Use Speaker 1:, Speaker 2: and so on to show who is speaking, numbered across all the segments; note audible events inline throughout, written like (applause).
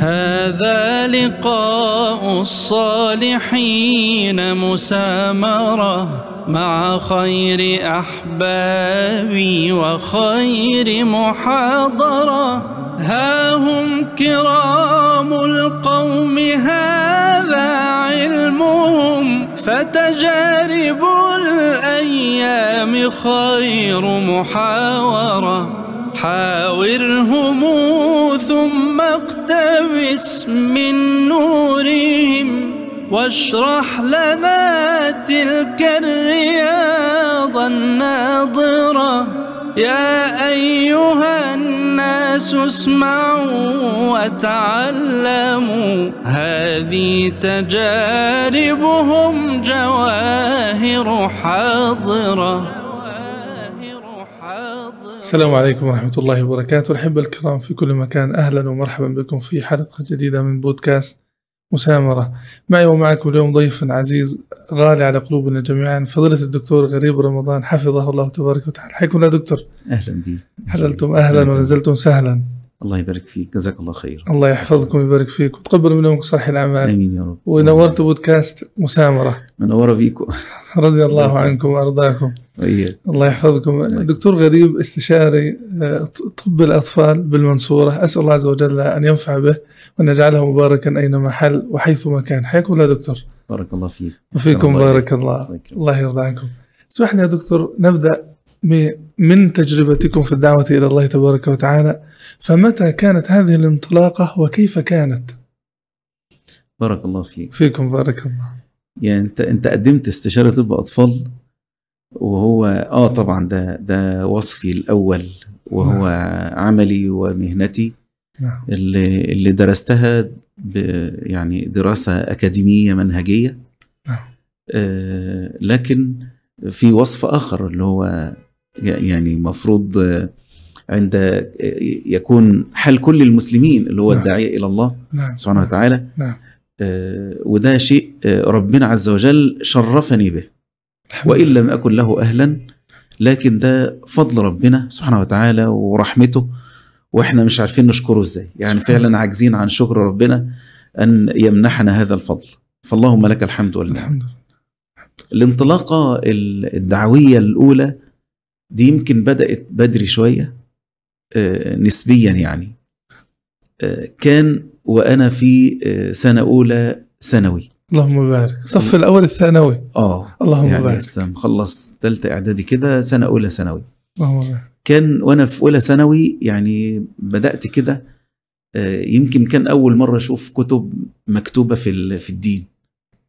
Speaker 1: هذا لقاء الصالحين مسامرة مع خير أحبابي وخير محاضرة ها هم كرام القوم هذا علمهم فتجارب الأيام خير محاورة حاورهم ثم اقتبس من نورهم واشرح لنا تلك الرياض الناظرة يا أيها الناس اسمعوا وتعلموا هذه تجاربهم جواهر حاضره
Speaker 2: السلام عليكم ورحمة الله وبركاته الأحبة الكرام في كل مكان أهلا ومرحبا بكم في حلقة جديدة من بودكاست مسامرة معي ومعكم اليوم ضيف عزيز غالي على قلوبنا جميعا فضيلة الدكتور غريب رمضان حفظه الله تبارك وتعالى حيكم يا دكتور
Speaker 3: أهلا بك
Speaker 2: حللتم أهلا ونزلتم سهلا
Speaker 3: الله يبارك فيك جزاك الله خير
Speaker 2: الله يحفظكم ويبارك فيك وتقبل منكم صالح الأعمال
Speaker 3: آمين يا رب
Speaker 2: ونورت بودكاست مسامرة
Speaker 3: منورة بيكم (laughs)
Speaker 2: رضي الله عنكم وأرضاكم
Speaker 3: وإياك
Speaker 2: الله يحفظكم
Speaker 3: الله
Speaker 2: دكتور غريب استشاري آه، طب الأطفال بالمنصورة أسأل الله عز وجل أن ينفع به وأن يجعله مباركا أينما حل وحيثما كان حيكم لا دكتور
Speaker 3: بارك الله فيك أحسن
Speaker 2: وفيكم
Speaker 3: الله
Speaker 2: بارك
Speaker 3: إليك.
Speaker 2: الله
Speaker 3: الله يكرمك.
Speaker 2: الله يرضى عنكم اسمح لي يا دكتور نبدأ م- من تجربتكم في الدعوة إلى الله تبارك وتعالى فمتى كانت هذه الانطلاقة وكيف كانت
Speaker 3: بارك الله فيك
Speaker 2: فيكم بارك الله
Speaker 3: يعني أنت أنت قدمت استشارة طب أطفال وهو آه طبعا ده ده وصفي الأول وهو عملي ومهنتي
Speaker 2: نعم.
Speaker 3: اللي اللي درستها ب يعني دراسة أكاديمية منهجية
Speaker 2: نعم.
Speaker 3: آه، لكن في وصف آخر اللي هو ي- يعني مفروض آه، عند آه، يكون حال كل المسلمين اللي هو
Speaker 2: نعم.
Speaker 3: الداعية إلى الله
Speaker 2: نعم
Speaker 3: سبحانه وتعالى
Speaker 2: نعم.
Speaker 3: آه، وده شيء آه، ربنا عز وجل شرفني به
Speaker 2: الحمد
Speaker 3: وإن
Speaker 2: لله.
Speaker 3: لم أكن له أهلا لكن ده فضل ربنا سبحانه وتعالى ورحمته وإحنا مش عارفين نشكره إزاي يعني
Speaker 2: سبحان
Speaker 3: فعلا عاجزين عن شكر ربنا أن يمنحنا هذا الفضل فاللهم لك الحمد والنعم
Speaker 2: الحمد لله
Speaker 3: الانطلاقة ال- الدعوية الأولى دي يمكن بدأت بدري شوية آه، نسبيا يعني آه، كان وأنا في آه، سنة أولى ثانوي
Speaker 2: اللهم بارك صف الأول الثانوي
Speaker 3: اه
Speaker 2: اللهم
Speaker 3: يعني
Speaker 2: بارك
Speaker 3: لسه مخلص تالتة إعدادي كده سنة أولى ثانوي
Speaker 2: اللهم بارك
Speaker 3: كان وانا في اولى ثانوي يعني بدات كده آه، يمكن كان اول مره اشوف كتب مكتوبه في ال- في الدين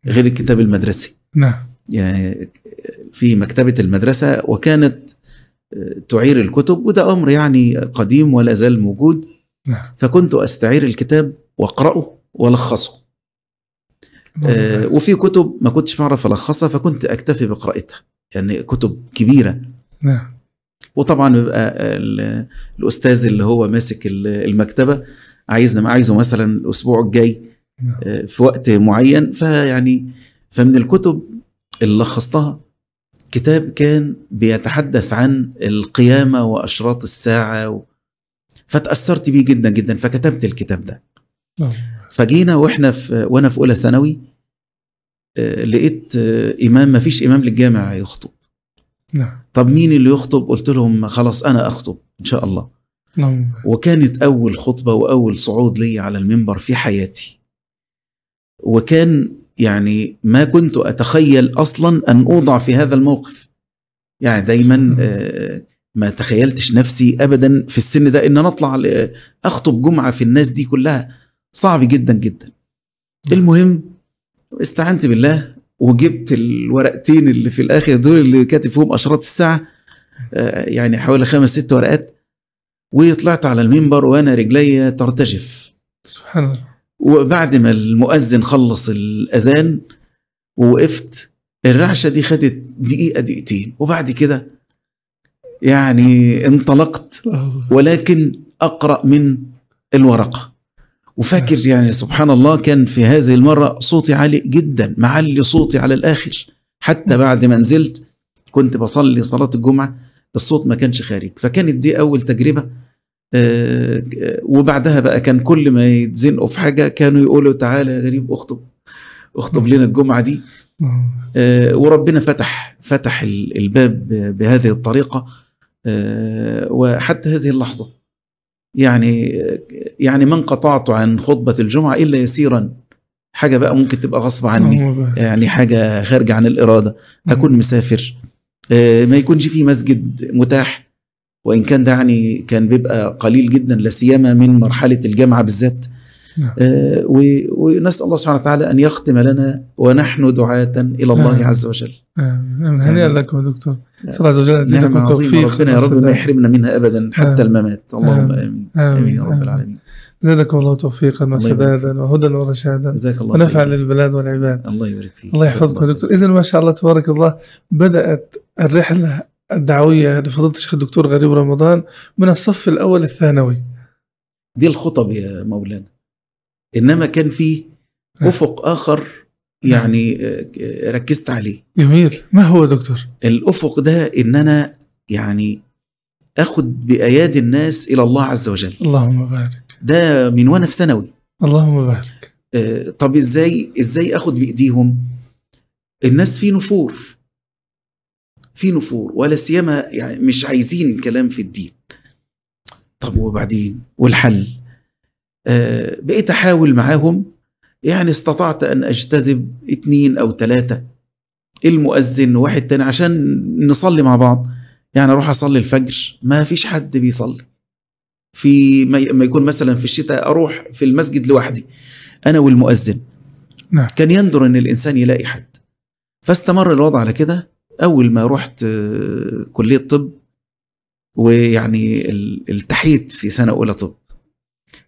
Speaker 3: غير الكتاب المدرسي
Speaker 2: نعم
Speaker 3: يعني في مكتبه المدرسه وكانت آه، تعير الكتب وده امر يعني قديم ولا زال موجود
Speaker 2: نعم.
Speaker 3: فكنت استعير الكتاب واقراه والخصه
Speaker 2: اللهم
Speaker 3: آه،
Speaker 2: بارك.
Speaker 3: وفي كتب ما كنتش بعرف الخصها فكنت اكتفي بقراءتها يعني كتب كبيره
Speaker 2: نعم
Speaker 3: وطبعا بيبقى آه، ال- الاستاذ اللي هو ماسك ال- المكتبه عايز عايزه مثلا الاسبوع الجاي
Speaker 2: نعم.
Speaker 3: آه، في وقت معين فيعني فمن الكتب اللي لخصتها كتاب كان بيتحدث عن القيامه واشراط الساعه و... فتاثرت بيه جدا جدا فكتبت الكتاب ده
Speaker 2: اللهم
Speaker 3: فجينا واحنا في وانا في اولى ثانوي آه، لقيت آه، امام ما فيش امام للجامع يخطب
Speaker 2: نعم
Speaker 3: طب مين اللي يخطب قلت لهم خلاص انا اخطب ان شاء الله
Speaker 2: اللهم بارك.
Speaker 3: وكانت أول خطبة وأول صعود لي على المنبر في حياتي وكان يعني ما كنت أتخيل أصلا أن أوضع في هذا الموقف يعني دايما آه، ما تخيلتش نفسي أبدا في السن ده أن أنا أطلع ل- أخطب جمعة في الناس دي كلها صعب جدا جدا المهم استعنت بالله وجبت الورقتين اللي في الآخر دول اللي كاتب فيهم أشراط الساعة آه، يعني حوالي خمس ست ورقات وطلعت على المنبر وانا رجلي ترتجف
Speaker 2: سبحان الله
Speaker 3: وبعد ما المؤذن خلص الاذان ووقفت الرعشه دي خدت دقيقه دقيقتين وبعد كده يعني انطلقت
Speaker 2: اللهم بارك.
Speaker 3: ولكن اقرا من الورقه وفاكر يعني سبحان الله كان في هذه المره صوتي عالي جدا معلي صوتي على الاخر حتى بعد ما نزلت كنت بصلي صلاة الجمعة الصوت ما كانش خارج فكانت دي أول تجربة آه، آه، وبعدها بقى كان كل ما يتزنقوا في حاجة كانوا يقولوا تعالى يا غريب اخطب اخطب لنا الجمعة دي
Speaker 2: نعم.
Speaker 3: آه، وربنا فتح فتح ال- الباب ب- بهذه الطريقة آه، وحتى هذه اللحظة يعني يعني ما انقطعت عن خطبة الجمعة إلا يسيرا حاجة بقى ممكن تبقى غصب عني
Speaker 2: نعم،
Speaker 3: يعني حاجة خارجة عن الإرادة أكون مسافر آه، ما يكونش في مسجد متاح وإن كان ده يعني كان بيبقى قليل جدا لا سيما من مرحلة الجامعة بالذات
Speaker 2: نعم.
Speaker 3: آه، و- ونسأل الله سبحانه وتعالى أن يختم لنا ونحن دعاة إلى
Speaker 2: آمين.
Speaker 3: الله عز وجل
Speaker 2: آمين هنيئا لك يا دكتور
Speaker 3: نعم.
Speaker 2: صلى الله عز وجل يزيدكم
Speaker 3: نعمة عظيمة
Speaker 2: التوفيق
Speaker 3: ربنا يا رب ما
Speaker 2: والسداد.
Speaker 3: يحرمنا منها أبدا
Speaker 2: آمين.
Speaker 3: حتى الممات
Speaker 2: آمين.
Speaker 3: اللهم آمين آمين
Speaker 2: آمين
Speaker 3: يا رب
Speaker 2: آمين.
Speaker 3: العالمين
Speaker 2: زادكم الله توفيقا
Speaker 3: الله
Speaker 2: وسدادا وهدى ورشادا
Speaker 3: جزاك الله
Speaker 2: ونفع
Speaker 3: خير.
Speaker 2: للبلاد والعباد
Speaker 3: الله يبارك فيك
Speaker 2: الله
Speaker 3: جزاك
Speaker 2: يحفظكم يا
Speaker 3: خير.
Speaker 2: دكتور اذا ما شاء الله تبارك الله بدات الرحله الدعويه لفضيله الشيخ الدكتور غريب رمضان من الصف الاول الثانوي
Speaker 3: دي الخطب يا مولانا انما كان في
Speaker 2: آه.
Speaker 3: افق اخر يعني آه، آه، ركزت عليه
Speaker 2: جميل ما هو يا دكتور؟
Speaker 3: الافق ده ان انا يعني اخد بايادي الناس الى الله عز وجل
Speaker 2: اللهم بارك
Speaker 3: ده من وانا في ثانوي
Speaker 2: اللهم بارك
Speaker 3: آه، طب ازاي ازاي اخد بايديهم الناس في نفور في نفور ولا سيما يعني مش عايزين كلام في الدين طب وبعدين والحل آه، بقيت احاول معاهم يعني استطعت ان اجتذب اتنين او تلاتة المؤذن وواحد تاني عشان نصلي مع بعض يعني اروح اصلي الفجر ما فيش حد بيصلي في ما ما يكون مثلا في الشتاء اروح في المسجد لوحدي انا والمؤذن
Speaker 2: نعم.
Speaker 3: كان يندر ان الانسان يلاقي حد فاستمر الوضع على كده اول ما رحت آه، كليه طب ويعني ال- التحيت في سنه اولى طب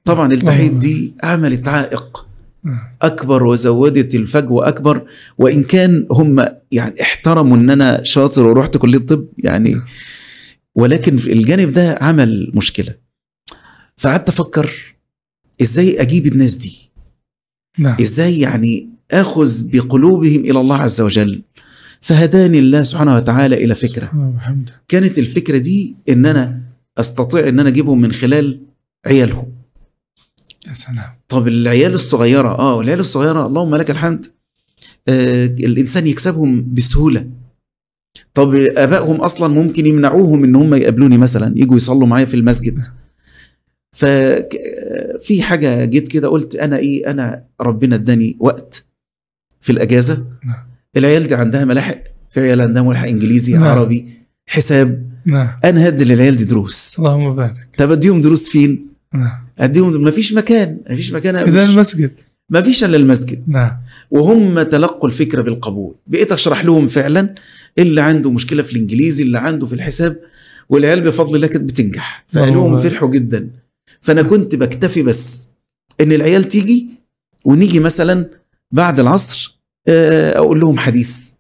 Speaker 3: طبعا التحيت دي عملت عائق
Speaker 2: نعم.
Speaker 3: اكبر وزودت الفجوه اكبر وان كان هم يعني احترموا ان انا شاطر ورحت كليه طب يعني ولكن في الجانب ده عمل مشكله فقعدت افكر ازاي اجيب الناس دي
Speaker 2: نعم
Speaker 3: ازاي يعني اخذ بقلوبهم الى الله عز وجل فهداني الله سبحانه وتعالى الى فكره
Speaker 2: اللهم وبحمده
Speaker 3: كانت الفكره دي ان انا استطيع ان انا اجيبهم من خلال عيالهم
Speaker 2: يا سلام
Speaker 3: طب العيال الصغيره اه العيال الصغيره اللهم لك الحمد آه الانسان يكسبهم بسهوله طب ابائهم اصلا ممكن يمنعوهم ان هم يقابلوني مثلا يجوا يصلوا معايا في المسجد ففي حاجه جيت كده قلت انا ايه انا ربنا اداني وقت في الاجازه
Speaker 2: نعم.
Speaker 3: العيال دي عندها ملاحق في عيال عندها ملحق انجليزي
Speaker 2: نعم.
Speaker 3: عربي حساب
Speaker 2: نعم
Speaker 3: انا هدي للعيال دي دروس
Speaker 2: اللهم بارك
Speaker 3: طب اديهم دروس فين
Speaker 2: نعم
Speaker 3: اديهم مفيش مكان مفيش مكان
Speaker 2: اذا
Speaker 3: مش-
Speaker 2: المسجد
Speaker 3: ما فيش الا المسجد
Speaker 2: نعم
Speaker 3: وهم تلقوا الفكره بالقبول بقيت اشرح لهم فعلا اللي عنده مشكله في الانجليزي اللي عنده في الحساب والعيال بفضل الله كانت بتنجح فقالوهم
Speaker 2: والله.
Speaker 3: فرحوا جدا فانا كنت بكتفي بس ان العيال تيجي ونيجي مثلا بعد العصر آه، اقول لهم حديث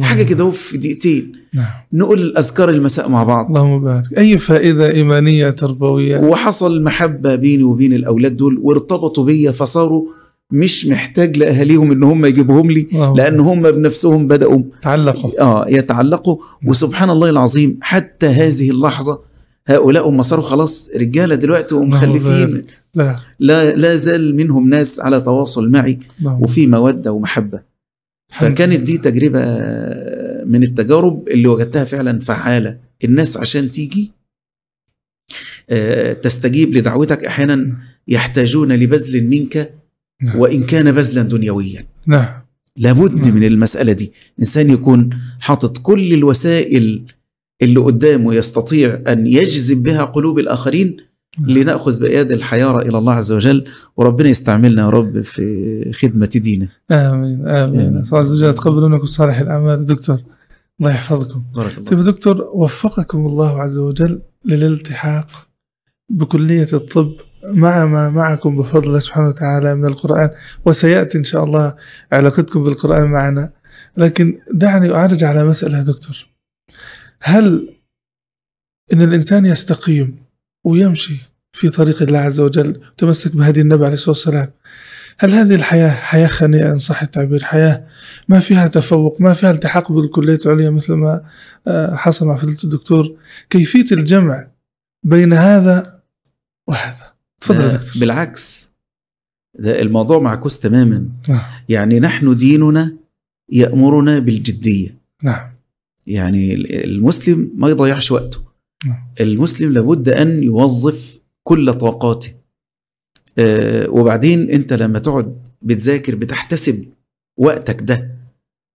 Speaker 3: حاجه كده أهو في دقيقتين
Speaker 2: نعم
Speaker 3: نقول اذكار المساء مع بعض
Speaker 2: اللهم بارك اي فائده ايمانيه تربويه
Speaker 3: وحصل محبه بيني وبين الاولاد دول وارتبطوا بيا فصاروا مش محتاج لاهاليهم ان هم يجيبوهم لي
Speaker 2: اللهم
Speaker 3: لان هم بنفسهم بداوا
Speaker 2: تعلقوا
Speaker 3: اه يتعلقوا وسبحان الله العظيم حتى هذه اللحظه هؤلاء هم صاروا خلاص رجاله دلوقتي ومخلفين
Speaker 2: بارك. لا
Speaker 3: لا لا زال منهم ناس على تواصل معي
Speaker 2: اللهم
Speaker 3: وفي موده ومحبه
Speaker 2: الحمد
Speaker 3: فكانت دي تجربه من التجارب اللي وجدتها فعلا فعاله الناس عشان تيجي آه، تستجيب لدعوتك احيانا يحتاجون لبذل منك
Speaker 2: نعم.
Speaker 3: وان كان بذلا دنيويا
Speaker 2: نعم
Speaker 3: لابد
Speaker 2: نعم.
Speaker 3: من المسألة دي إنسان يكون حاطط كل الوسائل اللي قدامه يستطيع أن يجذب بها قلوب الآخرين
Speaker 2: نعم.
Speaker 3: لنأخذ بأياد الحيارة إلى الله عز وجل وربنا يستعملنا يا رب في خدمة دينه
Speaker 2: امين امين
Speaker 3: آمين.
Speaker 2: الله عز وجل تقبل منكم صالح الاعمال يا دكتور الله يحفظكم
Speaker 3: بارك الله
Speaker 2: طيب يا دكتور وفقكم الله عز وجل للالتحاق بكلية الطب مع ما معكم بفضل الله سبحانه وتعالى من القرآن وسيأتي إن شاء الله علاقتكم بالقرآن معنا لكن دعني أعرج على مسألة يا دكتور هل إن الإنسان يستقيم ويمشي في طريق الله عز وجل تمسك بهدي النبي عليه الصلاة والسلام هل هذه الحياة حياة خانئة إن صح التعبير حياة ما فيها تفوق ما فيها التحاق بالكلية العليا مثل ما آه، حصل مع فضيلة الدكتور كيفية الجمع بين هذا وهذا تفضل يا
Speaker 3: آه،
Speaker 2: دكتور
Speaker 3: بالعكس ده الموضوع معكوس تماما
Speaker 2: نعم.
Speaker 3: يعني نحن ديننا يأمرنا بالجدية
Speaker 2: نعم
Speaker 3: يعني ال- المسلم ما يضيعش وقته
Speaker 2: نعم.
Speaker 3: المسلم لابد أن يوظف كل طاقاته آه، وبعدين أنت لما تقعد بتذاكر بتحتسب وقتك ده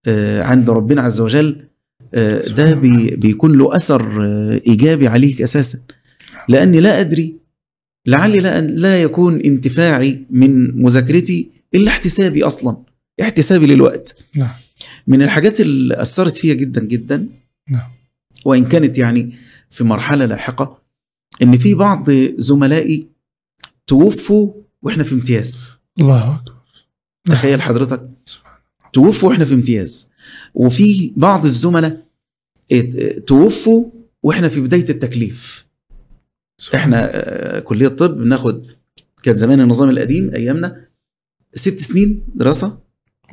Speaker 3: آه، عند ربنا عز وجل آه، ده
Speaker 2: سبحان الله.
Speaker 3: بي بيكون له أثر آه، إيجابي عليك أساسا لأني لا أدري لعلي لا, لا يكون انتفاعي من مذاكرتي إلا احتسابي أصلا احتسابي للوقت
Speaker 2: نعم
Speaker 3: من الحاجات اللي أثرت فيها جدا جدا
Speaker 2: نعم.
Speaker 3: وإن كانت يعني في مرحلة لاحقة إن في بعض زملائي توفوا وإحنا في امتياز
Speaker 2: الله أكبر نعم.
Speaker 3: تخيل حضرتك
Speaker 2: سبحان
Speaker 3: توفوا وإحنا في امتياز وفي بعض الزملاء ات- اه، توفوا وإحنا في بداية التكليف
Speaker 2: سبحان
Speaker 3: إحنا اه، كلية طب بناخد كان زمان النظام القديم أيامنا ست سنين دراسة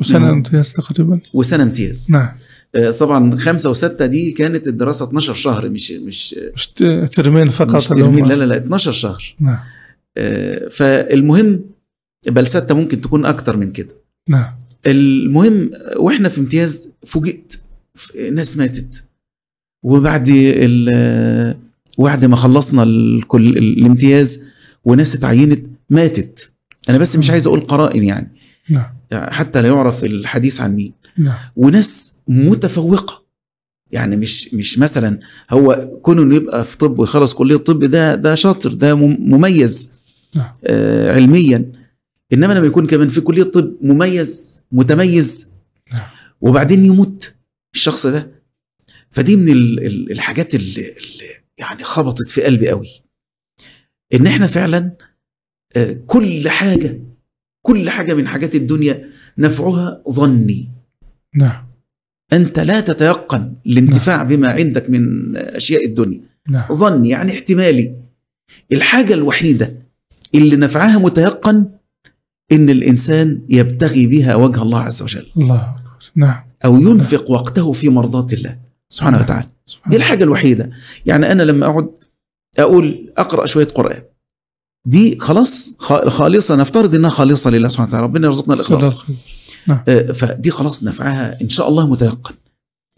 Speaker 2: وسنة
Speaker 3: نعم.
Speaker 2: امتياز تقريبا
Speaker 3: وسنة امتياز
Speaker 2: نعم
Speaker 3: آه، طبعا خمسة وستة دي كانت الدراسة 12 شهر مش مش
Speaker 2: مش ت- ترمين فقط
Speaker 3: مش
Speaker 2: اللي هم-
Speaker 3: ترمين لا لا لا 12 شهر
Speaker 2: نعم
Speaker 3: آه، فالمهم بل ستة ممكن تكون أكتر من كده
Speaker 2: نعم
Speaker 3: المهم آه، وإحنا في امتياز فوجئت ف- ناس ماتت وبعد ال آه، بعد ما خلصنا الكل الامتياز وناس اتعينت ماتت أنا بس مش عايز أقول قرائن يعني
Speaker 2: نعم
Speaker 3: حتى لا يعرف الحديث عن مين
Speaker 2: نعم
Speaker 3: وناس متفوقه يعني مش مش مثلا هو كونه انه يبقى في طب ويخلص كليه طب ده ده شاطر ده مم- مميز
Speaker 2: نعم.
Speaker 3: آه علميا انما لما يكون كمان في كليه طب مميز متميز
Speaker 2: نعم.
Speaker 3: وبعدين يموت الشخص ده فدي من ال- ال- الحاجات اللي, اللي يعني خبطت في قلبي قوي ان احنا فعلا آه، كل حاجه كل حاجه من حاجات الدنيا نفعها ظني
Speaker 2: نعم
Speaker 3: انت لا تتيقن الانتفاع بما عندك من اشياء الدنيا
Speaker 2: نعم
Speaker 3: ظني يعني احتمالي الحاجه الوحيده اللي نفعها متيقن ان الانسان يبتغي بها وجه الله عز وجل
Speaker 2: الله أكبر نعم
Speaker 3: او ينفق وقته في مرضاه الله سبحانه وتعالى
Speaker 2: سبحان
Speaker 3: دي
Speaker 2: الله.
Speaker 3: الحاجه الوحيده يعني انا لما اقعد اقول اقرا شويه قران دي خلاص خ- خالصه نفترض انها خالصه لله سبحانه وتعالى ربنا يرزقنا الاخلاص
Speaker 2: صدق.
Speaker 3: آه، فدي خلاص نفعها ان شاء الله متيقن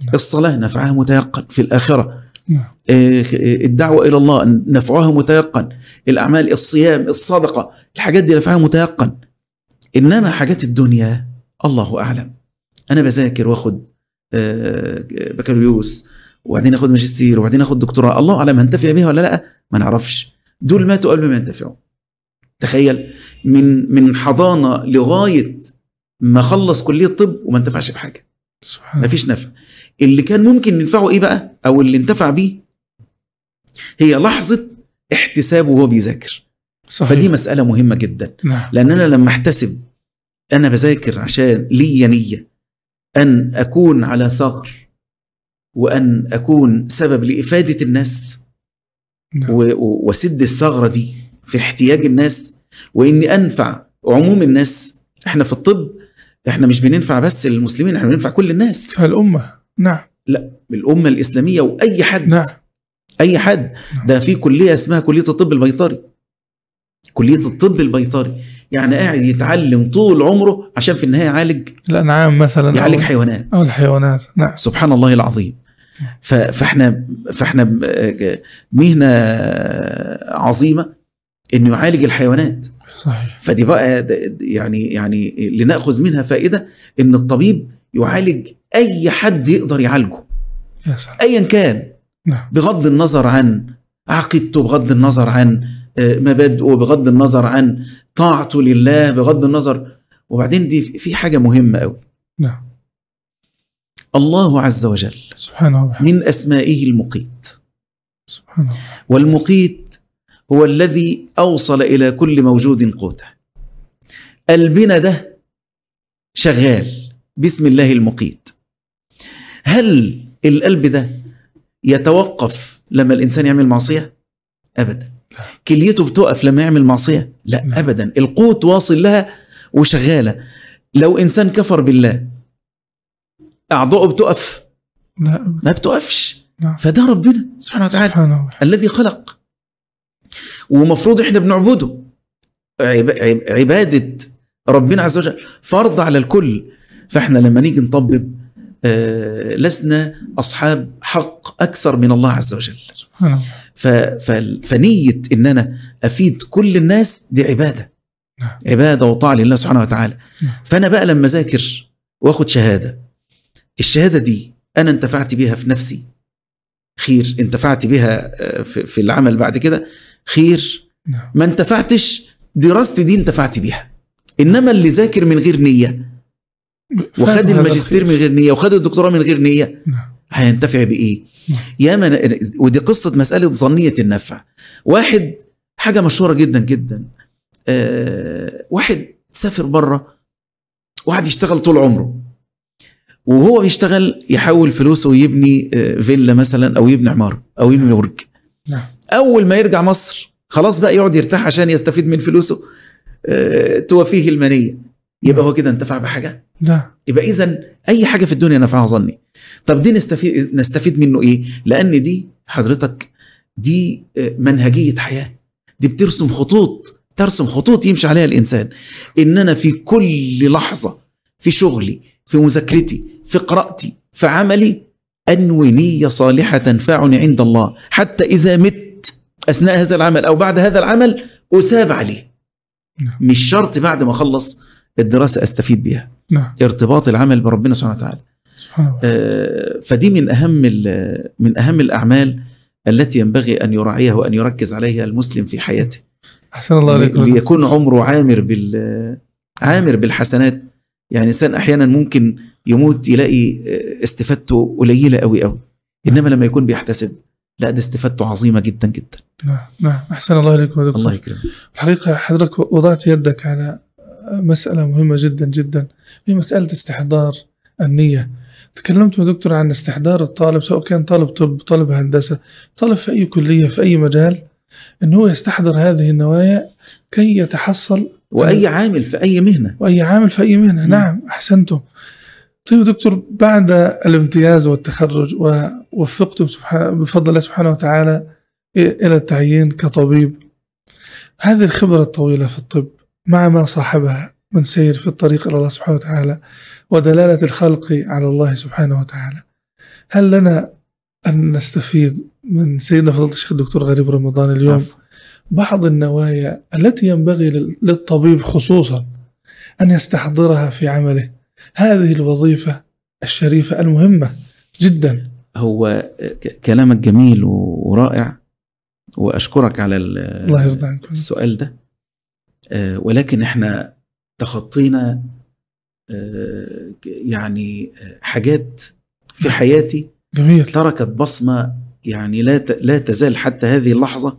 Speaker 2: نعم.
Speaker 3: الصلاه نفعها متيقن في الاخره
Speaker 2: نعم.
Speaker 3: آه، الدعوه الى الله نفعها متيقن الاعمال الصيام الصدقه الحاجات دي نفعها متيقن انما حاجات الدنيا الله اعلم انا بذاكر واخد آه، بكالوريوس وبعدين اخد ماجستير وبعدين اخد دكتوراه الله اعلم هنتفع بيها ولا لا ما نعرفش دول ماتوا قبل ما ينتفعوا تخيل من من حضانه لغايه ما خلص كليه طب وما انتفعش بحاجه
Speaker 2: سبحان الله.
Speaker 3: مفيش نفع اللي كان ممكن ينفعه ايه بقى او اللي انتفع بيه هي لحظه احتسابه وهو بيذاكر
Speaker 2: صحيح
Speaker 3: فدي مساله مهمه جدا
Speaker 2: نعم
Speaker 3: لان انا لما احتسب انا بذاكر عشان لي نيه ان اكون على ثغر وان اكون سبب لافاده الناس
Speaker 2: نعم.
Speaker 3: و- و- واسد الثغره دي في احتياج الناس واني انفع عموم الناس احنا في الطب احنا مش بننفع بس المسلمين احنا بننفع كل الناس
Speaker 2: فالأمة نعم
Speaker 3: الامه الاسلاميه واي حد
Speaker 2: نعم
Speaker 3: اي حد ده في كليه اسمها كليه الطب البيطري كليه الطب البيطري يعني قاعد يتعلم طول عمره عشان في النهايه يعالج
Speaker 2: الأنعام مثلا أو-
Speaker 3: يعالج حيوانات
Speaker 2: أو الحيوانات نعم
Speaker 3: سبحان الله العظيم ف- فاحنا فاحنا ب- مهنه عظيمه انه يعالج الحيوانات
Speaker 2: صحيح
Speaker 3: فدي بقى د- د- يعني يعني لناخذ منها فائده ان الطبيب يعالج اي حد يقدر يعالجه
Speaker 2: يا سلام
Speaker 3: ايا كان
Speaker 2: نعم.
Speaker 3: بغض النظر عن عقيدته بغض النظر عن آه، مبادئه بغض النظر عن طاعته لله بغض النظر وبعدين دي في حاجه مهمه قوي
Speaker 2: نعم
Speaker 3: الله عز وجل
Speaker 2: سبحانه وبحمده
Speaker 3: من اسمائه المقيت
Speaker 2: سبحانه وبحمده
Speaker 3: والمقيت هو الذي اوصل الى كل موجود قوته. قلبنا ده شغال بسم الله المقيت. هل القلب ده يتوقف لما الانسان يعمل معصيه؟ ابدا. كليته بتقف لما يعمل معصيه؟ لا ابدا، القوت واصل لها وشغاله لو انسان كفر بالله اعضائه بتقف
Speaker 2: لا
Speaker 3: ما بتقفش
Speaker 2: نعم.
Speaker 3: فده ربنا سبحانه وتعالى
Speaker 2: سبحانه وتعالى
Speaker 3: الذي خلق ومفروض احنا بنعبده عب- عب- عبادة ربنا عز وجل فرض على الكل فاحنا لما نيجي نطبب آه، لسنا أصحاب حق أكثر من الله عز وجل
Speaker 2: سبحانه وتعالى
Speaker 3: ف- ف- فنية إن أنا أفيد كل الناس دي عبادة
Speaker 2: نعم.
Speaker 3: عبادة وطاعة لله سبحانه وتعالى
Speaker 2: نعم.
Speaker 3: فأنا بقى لما أذاكر وآخد شهادة الشهادة دي أنا انتفعت بيها في نفسي خير انتفعت بيها آه، في في العمل بعد كده خير
Speaker 2: نعم.
Speaker 3: ما انتفعتش دراستي دي انتفعت بيها إنما اللي ذاكر من غير نية
Speaker 2: فاهم
Speaker 3: وخد
Speaker 2: هذا
Speaker 3: الماجستير
Speaker 2: الخير.
Speaker 3: من غير نية وخد الدكتوراه من غير نية
Speaker 2: نعم
Speaker 3: هينتفع بايه؟
Speaker 2: نعم.
Speaker 3: يا من ودي قصه مساله ظنيه النفع. واحد حاجه مشهوره جدا جدا. آه واحد سافر بره وقعد يشتغل طول عمره. وهو بيشتغل يحول فلوسه ويبني آه، فيلا مثلا او يبني عماره او يبني برج.
Speaker 2: نعم
Speaker 3: اول ما يرجع مصر خلاص بقى يقعد يرتاح عشان يستفيد من فلوسه آه توافيه المنيه. يبقى
Speaker 2: نعم.
Speaker 3: هو كده انتفع بحاجه؟
Speaker 2: لا
Speaker 3: يبقى اذا اي حاجه في الدنيا نفعها ظني طب دي نستفيد نستفيد منه ايه لان دي حضرتك دي آه، منهجيه حياه دي بترسم خطوط ترسم خطوط يمشي عليها الانسان ان انا في كل لحظه في شغلي في مذاكرتي في قراءتي في عملي انوي نيه صالحه تنفعني عند الله حتى اذا مت اثناء هذا العمل او بعد هذا العمل اثاب عليه
Speaker 2: نعم.
Speaker 3: مش شرط بعد ما اخلص الدراسه استفيد بيها
Speaker 2: نعم
Speaker 3: ارتباط العمل بربنا سبحانه وتعالى
Speaker 2: سبحانه وتعالى
Speaker 3: آه، فدي من اهم ال- من اهم الاعمال التي ينبغي ان يراعيها وان يركز عليها المسلم في حياته
Speaker 2: احسن الله عليك
Speaker 3: لي- آه، ليكون عمره عامر بال عامر بالحسنات يعني الانسان احيانا ممكن يموت يلاقي آه، استفادته قليله قوي قوي انما لما يكون بيحتسب لا ده استفادته عظيمه جدا جدا
Speaker 2: نعم نعم احسن الله عليك يا دكتور
Speaker 3: الله يكرمك
Speaker 2: الحقيقة حضرتك وضعت يدك على مسألة مهمة جدا جدا هي مسألة استحضار النية تكلمت يا دكتور عن استحضار الطالب سواء كان طالب طب طالب هندسة طالب في أي كلية في أي مجال أنه هو يستحضر هذه النوايا كي يتحصل
Speaker 3: واي عامل في اي مهنه
Speaker 2: وأي عامل في أي مهنة
Speaker 3: مم.
Speaker 2: نعم أحسنتم طيب يا دكتور بعد الامتياز والتخرج ووفقتم سبحان- بفضل الله سبحانه وتعالى إلى التعيين كطبيب هذه الخبرة الطويلة في الطب مع ما صاحبها من سير في الطريق إلى الله سبحانه وتعالى ودلالة الخلق على الله سبحانه وتعالى هل لنا أن نستفيد من سيدنا فضيلة الشيخ الدكتور غريب رمضان اليوم
Speaker 3: عفو.
Speaker 2: بعض النوايا التي ينبغي لل- للطبيب خصوصا أن يستحضرها في عمله هذه الوظيفة الشريفة المهمة جدا
Speaker 3: هو آه، ك- كلامك جميل ورائع واشكرك على ال-
Speaker 2: الله يرضى عنكم
Speaker 3: السؤال ده آه، ولكن احنا تخطينا آه، ك- يعني آه، حاجات في حياتي
Speaker 2: جميل
Speaker 3: تركت بصمة يعني لا ت- لا تزال حتى هذه اللحظة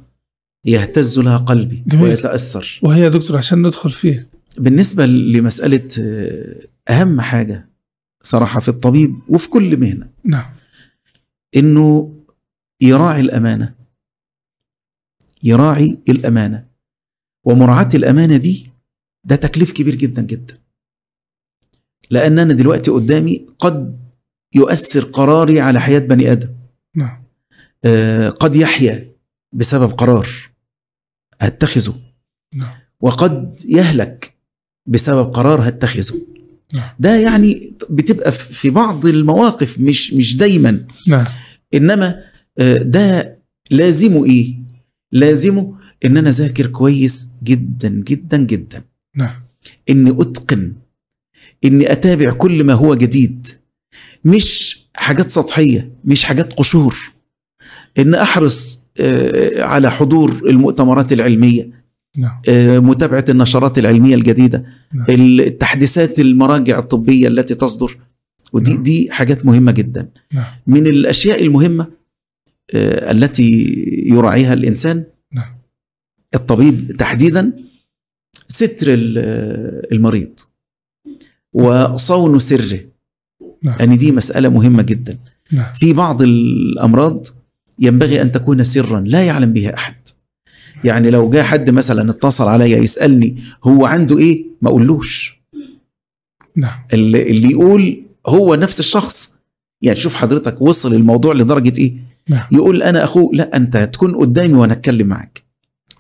Speaker 3: يهتز لها قلبي
Speaker 2: جميل.
Speaker 3: ويتأثر
Speaker 2: وهي يا دكتور عشان ندخل فيه
Speaker 3: بالنسبة لمسألة آه، أهم حاجة صراحة في الطبيب وفي كل مهنة
Speaker 2: نعم
Speaker 3: إنه يراعي الأمانة يراعي الأمانة ومراعاة الأمانة دي ده تكليف كبير جدا جدا لأن أنا دلوقتي قدامي قد يؤثر قراري على حياة بني آدم
Speaker 2: نعم
Speaker 3: آه، قد يحيا بسبب قرار هتخذه
Speaker 2: نعم.
Speaker 3: وقد يهلك بسبب قرار هتخذه
Speaker 2: نعم.
Speaker 3: ده يعني بتبقى في في بعض المواقف مش مش دايما
Speaker 2: نعم
Speaker 3: انما آه، ده لازمه ايه لازمه ان انا ذاكر كويس جدا جدا جدا
Speaker 2: نعم
Speaker 3: اني اتقن اني اتابع كل ما هو جديد مش حاجات سطحيه مش حاجات قشور ان احرص آه، على حضور المؤتمرات العلميه
Speaker 2: نعم
Speaker 3: آه، متابعه النشرات العلميه الجديده
Speaker 2: نعم.
Speaker 3: التحديثات المراجع الطبيه التي تصدر ودي
Speaker 2: نعم.
Speaker 3: دي حاجات مهمه جدا
Speaker 2: نعم.
Speaker 3: من الاشياء المهمه آه، التي يراعيها الانسان
Speaker 2: نعم.
Speaker 3: الطبيب تحديدا ستر ال- المريض وصون سره
Speaker 2: نعم.
Speaker 3: يعني دي مساله مهمه جدا
Speaker 2: نعم
Speaker 3: في بعض الامراض ينبغي ان تكون سرا لا يعلم بها احد يعني لو جاء حد مثلا اتصل عليا يسالني هو عنده ايه ما اقولوش
Speaker 2: نعم
Speaker 3: اللي, اللي يقول هو نفس الشخص يعني شوف حضرتك وصل الموضوع لدرجه ايه
Speaker 2: نعم
Speaker 3: يقول انا اخوه لا انت هتكون قدامي وانا اتكلم معاك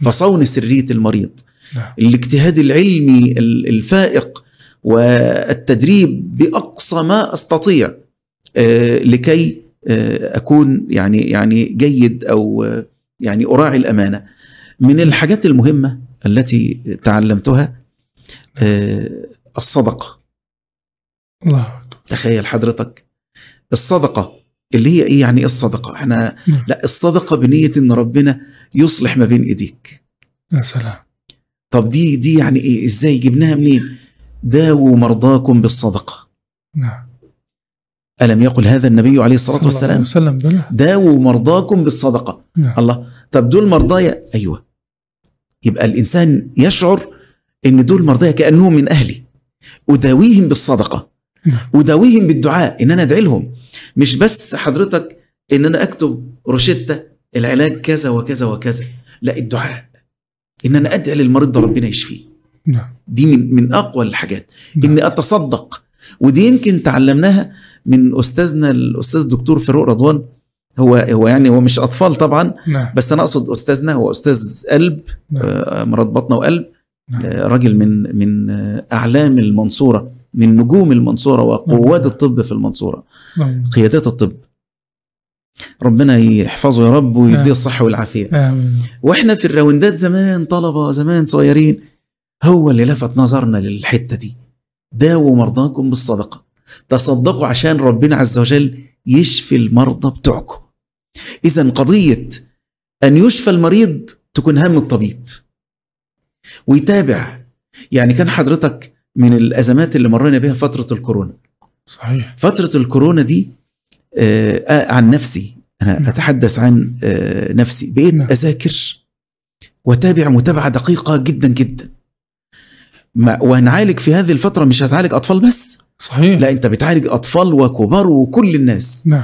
Speaker 3: فصون سريه المريض
Speaker 2: نعم.
Speaker 3: الاجتهاد العلمي ال- الفائق والتدريب باقصى ما استطيع آه، لكي آه، اكون يعني يعني جيد او آه، يعني اراعي الامانه من الحاجات المهمه التي تعلمتها آه، الصدقه
Speaker 2: الله أكبر
Speaker 3: تخيل حضرتك الصدقه اللي هي ايه يعني إيه الصدقه احنا
Speaker 2: نعم.
Speaker 3: لا الصدقه بنيه ان ربنا يصلح ما بين ايديك
Speaker 2: يا سلام
Speaker 3: طب دي دي يعني ايه ازاي جبناها منين داووا مرضاكم بالصدقه
Speaker 2: نعم
Speaker 3: الم يقل هذا النبي عليه الصلاه
Speaker 2: صلى الله عليه
Speaker 3: والسلام
Speaker 2: وسلم بلى
Speaker 3: داووا مرضاكم بالصدقه
Speaker 2: نعم
Speaker 3: الله طب دول مرضايا ايوه يبقى الانسان يشعر ان دول مرضايا كانهم من اهلي اداويهم بالصدقه
Speaker 2: نعم.
Speaker 3: اداويهم بالدعاء ان انا ادعي لهم مش بس حضرتك ان انا اكتب روشته العلاج كذا وكذا وكذا لا الدعاء ان انا ادعي للمريض ده ربنا يشفيه
Speaker 2: نعم
Speaker 3: دي من من اقوى الحاجات
Speaker 2: نعم.
Speaker 3: اني اتصدق ودي يمكن تعلمناها من استاذنا الاستاذ دكتور فاروق رضوان هو هو يعني هو مش اطفال طبعا
Speaker 2: نعم
Speaker 3: بس انا اقصد استاذنا هو استاذ قلب
Speaker 2: نعم.
Speaker 3: آه، مرض بطنه وقلب
Speaker 2: نعم.
Speaker 3: آه، راجل من من آه، اعلام المنصوره من نجوم المنصوره وقواد
Speaker 2: نعم.
Speaker 3: الطب في المنصوره
Speaker 2: نعم.
Speaker 3: قيادات الطب ربنا يحفظه يا رب ويديه
Speaker 2: نعم.
Speaker 3: الصحه والعافيه
Speaker 2: امين
Speaker 3: واحنا في الراوندات زمان طلبه زمان صغيرين هو اللي لفت نظرنا للحته دي داووا مرضاكم بالصدقه تصدقوا عشان ربنا عز وجل يشفي المرضى بتوعكم اذا قضيه ان يشفى المريض تكون هم الطبيب ويتابع يعني كان حضرتك من الازمات اللي مرينا بها فتره الكورونا
Speaker 2: صحيح
Speaker 3: فترة الكورونا دي آه آه، عن نفسي
Speaker 2: نعم.
Speaker 3: أنا أتحدث عن آه نفسي بقيت
Speaker 2: نعم.
Speaker 3: أذاكر وأتابع متابعة دقيقة جدا جدا ما وهنعالج في هذه الفترة مش هتعالج أطفال بس
Speaker 2: صحيح
Speaker 3: لا أنت بتعالج أطفال وكبار وكل الناس
Speaker 2: نعم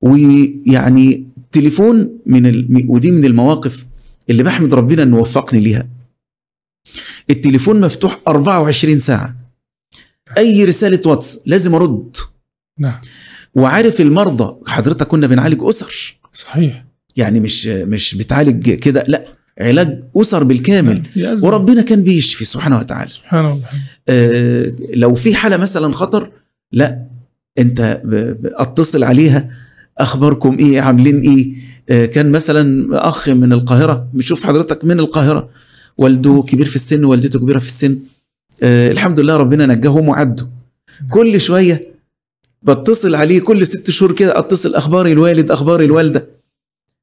Speaker 3: ويعني تليفون من ال... ودي من المواقف اللي بحمد ربنا انه وفقني ليها التليفون مفتوح 24 ساعة اي رسالة واتس لازم ارد
Speaker 2: نعم
Speaker 3: وعارف المرضى حضرتك كنا بنعالج اسر
Speaker 2: صحيح
Speaker 3: يعني مش مش بتعالج كده لا علاج اسر بالكامل
Speaker 2: يأذن.
Speaker 3: وربنا كان بيشفي سبحانه وتعالى
Speaker 2: سبحان الله
Speaker 3: آه، لو في حاله مثلا خطر لا انت ب- ب- اتصل عليها اخباركم ايه عاملين ايه آه، كان مثلا اخ من القاهره بنشوف حضرتك من القاهره والده كبير في السن والدته كبيره في السن آه، الحمد لله ربنا نجاهم وعدوا كل شويه بتصل عليه كل ست شهور كده اتصل اخبار الوالد اخبار الوالده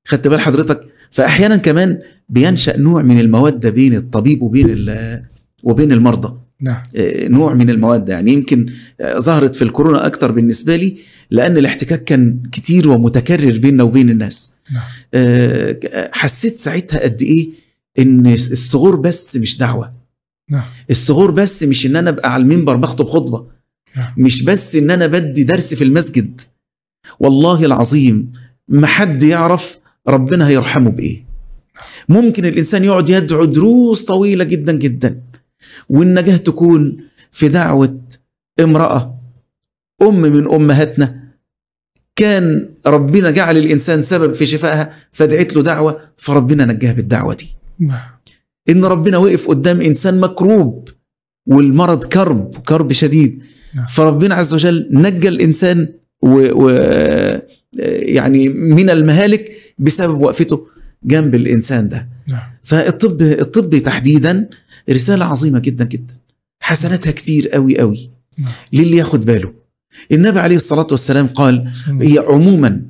Speaker 3: خدت بال حضرتك فاحيانا كمان بينشا نوع من الموده بين الطبيب وبين ال- وبين المرضى
Speaker 2: نعم
Speaker 3: آه، نوع من المواد يعني يمكن ظهرت في الكورونا اكتر بالنسبه لي لان الاحتكاك كان كتير ومتكرر بيننا وبين الناس
Speaker 2: نعم.
Speaker 3: آه، حسيت ساعتها قد ايه ان الثغور بس مش دعوه
Speaker 2: نعم.
Speaker 3: الثغور بس مش ان انا ابقى على المنبر بخطب خطبه
Speaker 2: نعم.
Speaker 3: مش بس ان انا بدي درس في المسجد والله العظيم ما حد يعرف ربنا هيرحمه بايه ممكن الانسان يقعد يدعو دروس طويله جدا جدا والنجاه تكون في دعوه امراه ام من امهاتنا كان ربنا جعل الانسان سبب في شفائها فدعت له دعوه فربنا نجاها بالدعوه دي
Speaker 2: نعم
Speaker 3: ان ربنا وقف قدام انسان مكروب والمرض كرب كرب شديد
Speaker 2: نعم.
Speaker 3: فربنا عز وجل نجى الانسان و, و يعني من المهالك بسبب وقفته جنب الانسان ده
Speaker 2: نعم
Speaker 3: فالطب الطب تحديدا رساله عظيمه جدا جدا حسناتها كتير قوي قوي
Speaker 2: نعم.
Speaker 3: للي ياخد باله النبي عليه الصلاه والسلام قال هي عموما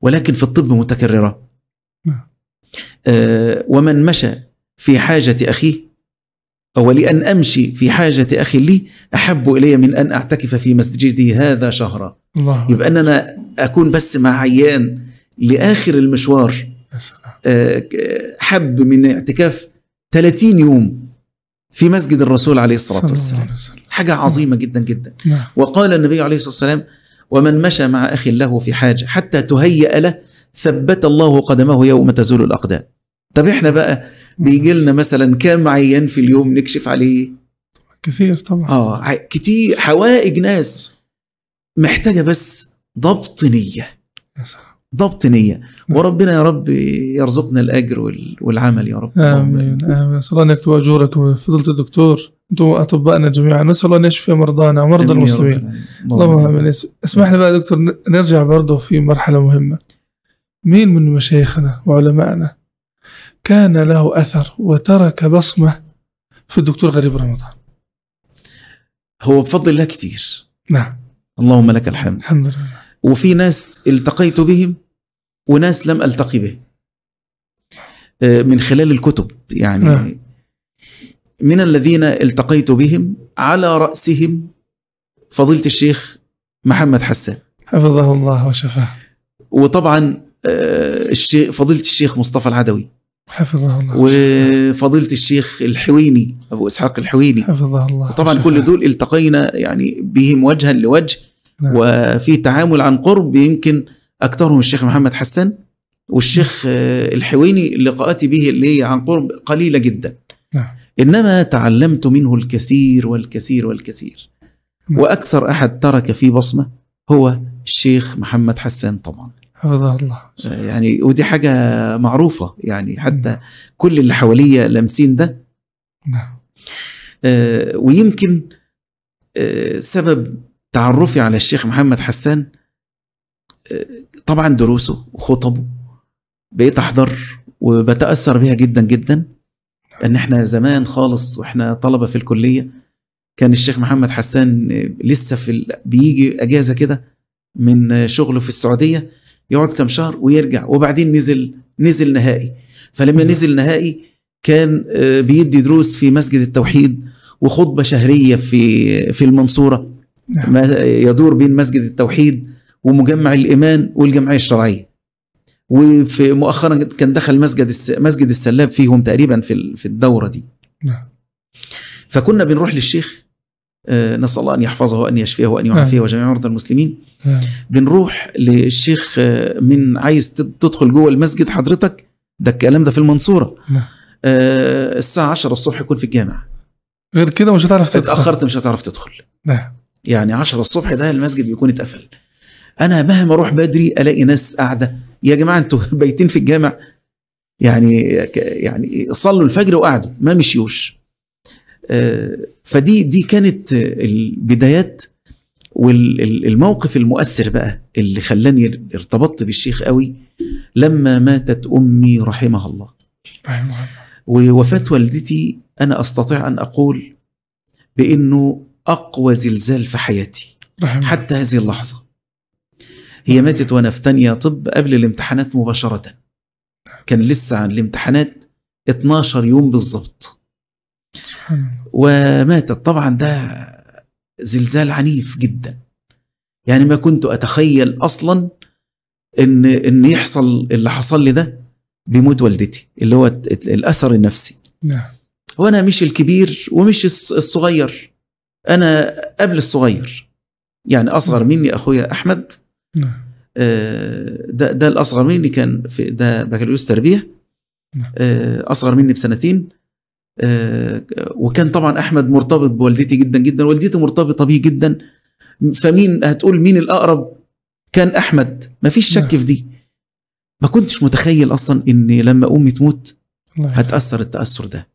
Speaker 3: ولكن في الطب متكررة
Speaker 2: نعم.
Speaker 3: آه، ومن مشى في حاجة أخيه أو لأن أمشي في حاجة أخي لي أحب إلي من أن أعتكف في مسجدي هذا شهرا
Speaker 2: الله
Speaker 3: يبقى أن أنا أكون بس مع عيان لآخر المشوار
Speaker 2: يا سلام
Speaker 3: آه، ك- حب من اعتكاف 30 يوم في مسجد الرسول عليه الصلاة
Speaker 2: صلى الله
Speaker 3: والسلام
Speaker 2: عليه وسلم
Speaker 3: حاجة عظيمة جدا جدا
Speaker 2: نعم
Speaker 3: وقال النبي عليه الصلاه والسلام ومن مشى مع اخ له في حاجه حتى تهيأ له ثبت الله قدمه يوم تزول الاقدام طب احنا بقى بيجي لنا مثلا كام عيان في اليوم نكشف عليه
Speaker 2: كثير طبعا
Speaker 3: اه ع- كتير حوائج ناس محتاجه بس ضبط نيه
Speaker 2: يا سلام.
Speaker 3: ضبط نيه وربنا يا رب يرزقنا الاجر وال- والعمل يا رب
Speaker 2: امين امين نسال الله ان يكتب اجوركم فضيله الدكتور انتم اطبائنا جميعا نسال الله ان يشفي مرضانا ومرضى
Speaker 3: آمين يا رب.
Speaker 2: المسلمين اللهم امين اس- اسمح لي بقى يا دكتور ن- نرجع برضه في مرحله مهمه مين من مشايخنا وعلمائنا كان له اثر وترك بصمه في الدكتور غريب رمضان
Speaker 3: هو بفضل الله كتير
Speaker 2: نعم
Speaker 3: اللهم لك الحمد
Speaker 2: الحمد لله
Speaker 3: وفي ناس التقيت بهم وناس لم التقي بهم آه، من خلال الكتب يعني
Speaker 2: نعم.
Speaker 3: من الذين التقيت بهم على رأسهم فضيلة الشيخ محمد حسان
Speaker 2: حفظه الله وشفاه
Speaker 3: وطبعا آه، الشيخ فضيلة الشيخ مصطفى العدوي
Speaker 2: حفظه آه، الله
Speaker 3: وفضيلة الشيخ الحويني أبو إسحاق الحويني
Speaker 2: حفظه الله
Speaker 3: طبعا
Speaker 2: وشفاه.
Speaker 3: كل دول التقينا يعني بهم وجها لوجه
Speaker 2: نعم.
Speaker 3: وفي تعامل عن قرب يمكن اكثرهم الشيخ محمد حسن والشيخ
Speaker 2: نعم.
Speaker 3: آه، الحويني لقاءاتي به اللي هي عن قرب قليله جدا
Speaker 2: نعم.
Speaker 3: انما تعلمت منه الكثير والكثير والكثير
Speaker 2: نعم.
Speaker 3: واكثر احد ترك في بصمه هو الشيخ محمد حسن طبعا
Speaker 2: حفظه الله
Speaker 3: آه، يعني ودي حاجه معروفه يعني حتى كل اللي حواليا لامسين ده
Speaker 2: نعم
Speaker 3: آه، ويمكن آه، سبب تعرفي على الشيخ محمد حسان آه، طبعا دروسه وخطبه بقيت احضر وبتاثر بيها جدا جدا ان احنا زمان خالص واحنا طلبه في الكليه كان الشيخ محمد حسان آه، لسه في ال- بيجي اجازه كده من آه، شغله في السعوديه يقعد كام شهر ويرجع وبعدين نزل نزل نهائي فلما
Speaker 2: نعم.
Speaker 3: نزل نهائي كان آه، بيدي دروس في مسجد التوحيد وخطبه شهريه في في المنصوره
Speaker 2: نعم.
Speaker 3: ما يدور بين مسجد التوحيد ومجمع الايمان والجمعيه الشرعيه وفي مؤخرا كان دخل مسجد الس- مسجد السلاب فيهم تقريبا في ال- في الدوره دي
Speaker 2: نعم.
Speaker 3: فكنا بنروح للشيخ آه، نسال الله ان يحفظه وان يشفيه وان يعافيه وجميع مرضى المسلمين
Speaker 2: نعم.
Speaker 3: بنروح للشيخ آه، من عايز تد- تدخل جوه المسجد حضرتك ده الكلام ده في المنصوره
Speaker 2: نعم.
Speaker 3: آه، الساعه 10 الصبح يكون في الجامع
Speaker 2: غير كده مش هتعرف تدخل
Speaker 3: اتاخرت مش هتعرف تدخل
Speaker 2: نعم
Speaker 3: يعني 10 الصبح ده المسجد بيكون اتقفل انا مهما اروح بدري الاقي ناس قاعده يا جماعه انتوا (laughs) بايتين في الجامع يعني ك- يعني صلوا الفجر وقعدوا ما مشيوش آه، فدي دي كانت البدايات والموقف المؤثر بقى اللي خلاني ارتبطت بالشيخ قوي لما ماتت امي رحمها الله
Speaker 2: رحمه الله
Speaker 3: ووفاة والدتي أنا أستطيع أن أقول بأنه أقوى زلزال في حياتي
Speaker 2: رحمه الله.
Speaker 3: حتى هذه اللحظة هي ماتت وأنا في تانية طب قبل الامتحانات مباشرة كان لسه عن الامتحانات 12 يوم بالظبط
Speaker 2: سبحان الله
Speaker 3: وماتت طبعا ده زلزال عنيف جدا يعني ما كنت اتخيل اصلا ان ان يحصل اللي حصل لي ده بموت والدتي اللي هو الت- الت- الاثر النفسي
Speaker 2: نعم
Speaker 3: وانا مش الكبير ومش الص- الصغير انا قبل الصغير يعني اصغر مني اخويا احمد
Speaker 2: نعم
Speaker 3: آه، ده ده الاصغر مني كان في ده بكالوريوس تربيه
Speaker 2: نعم.
Speaker 3: آه، اصغر مني بسنتين آه، وكان طبعا احمد مرتبط بوالدتي جدا جدا والدتي مرتبطه بيه جدا فمين هتقول مين الاقرب كان احمد مفيش شك
Speaker 2: نعم.
Speaker 3: في دي ما كنتش متخيل اصلا ان لما امي تموت
Speaker 2: الله يرحمه.
Speaker 3: هتأثر التأثر ده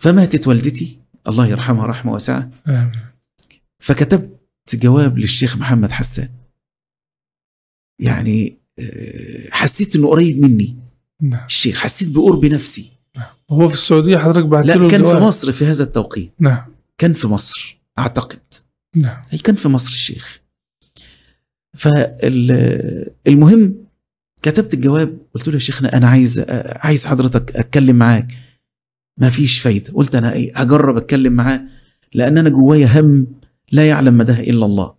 Speaker 3: فماتت والدتي الله يرحمها رحمة واسعة
Speaker 2: آمين.
Speaker 3: فكتبت جواب للشيخ محمد حسان يعني آه، حسيت انه قريب مني
Speaker 2: نعم
Speaker 3: الشيخ حسيت بقرب نفسي
Speaker 2: وهو في السعوديه حضرتك بعت له
Speaker 3: لا كان في
Speaker 2: الجواب.
Speaker 3: مصر في هذا التوقيت
Speaker 2: نعم
Speaker 3: كان في مصر اعتقد
Speaker 2: نعم
Speaker 3: هي كان في مصر الشيخ فالمهم كتبت الجواب قلت له يا شيخنا انا عايز عايز حضرتك اتكلم معاك ما فيش فايده قلت انا ايه هجرب اتكلم معاه لان انا جوايا هم لا يعلم مداه الا الله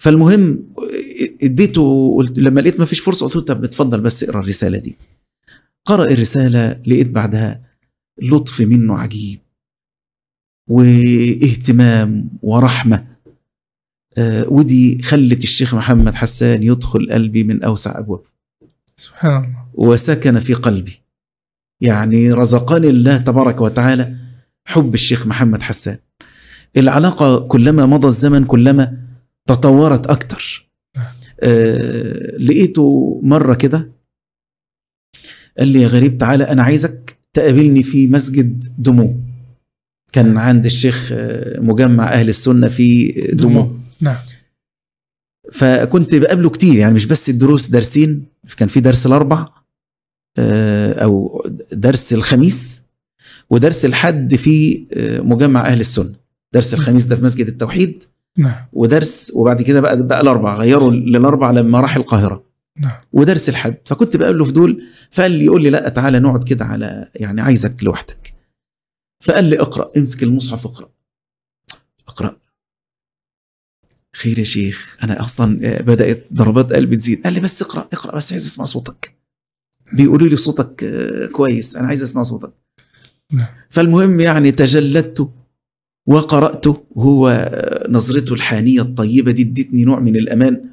Speaker 3: فالمهم اديته قلت لما لقيت ما فيش فرصه قلت له طب اتفضل بس اقرا الرساله دي قرأ الرساله لقيت بعدها لطف منه عجيب واهتمام ورحمه آه، ودي خلت الشيخ محمد حسان يدخل قلبي من اوسع ابوابه
Speaker 2: سبحان الله
Speaker 3: وسكن في قلبي يعني رزقني الله تبارك وتعالى حب الشيخ محمد حسان العلاقة كلما مضى الزمن كلما تطورت أكتر آه لقيته مرة كده قال لي يا غريب تعالى أنا عايزك تقابلني في مسجد دمو كان عند الشيخ آه، مجمع أهل السنة في دمو
Speaker 2: نعم
Speaker 3: فكنت بقابله كتير يعني مش بس الدروس دارسين كان في درس الاربع آه، او درس الخميس ودرس الحد في آه، مجمع اهل السنه درس الخميس ده في مسجد التوحيد
Speaker 2: نعم
Speaker 3: ودرس وبعد كده بقى بقى الاربع غيروا للاربع لما راح القاهره
Speaker 2: نعم.
Speaker 3: ودرس الحد فكنت بقابله في دول فقال لي يقول لي لا تعالى نقعد كده على يعني عايزك لوحدك فقال لي اقرا امسك المصحف اقرا اقرا خير يا شيخ انا اصلا آه، بدات ضربات قلبي تزيد قال لي بس اقرا اقرا بس عايز اسمع صوتك بيقولوا لي صوتك آه، كويس انا عايز اسمع صوتك
Speaker 2: نعم.
Speaker 3: فالمهم يعني تجلدت وقراته وهو آه، نظرته الحانيه الطيبه دي ادتني نوع من الامان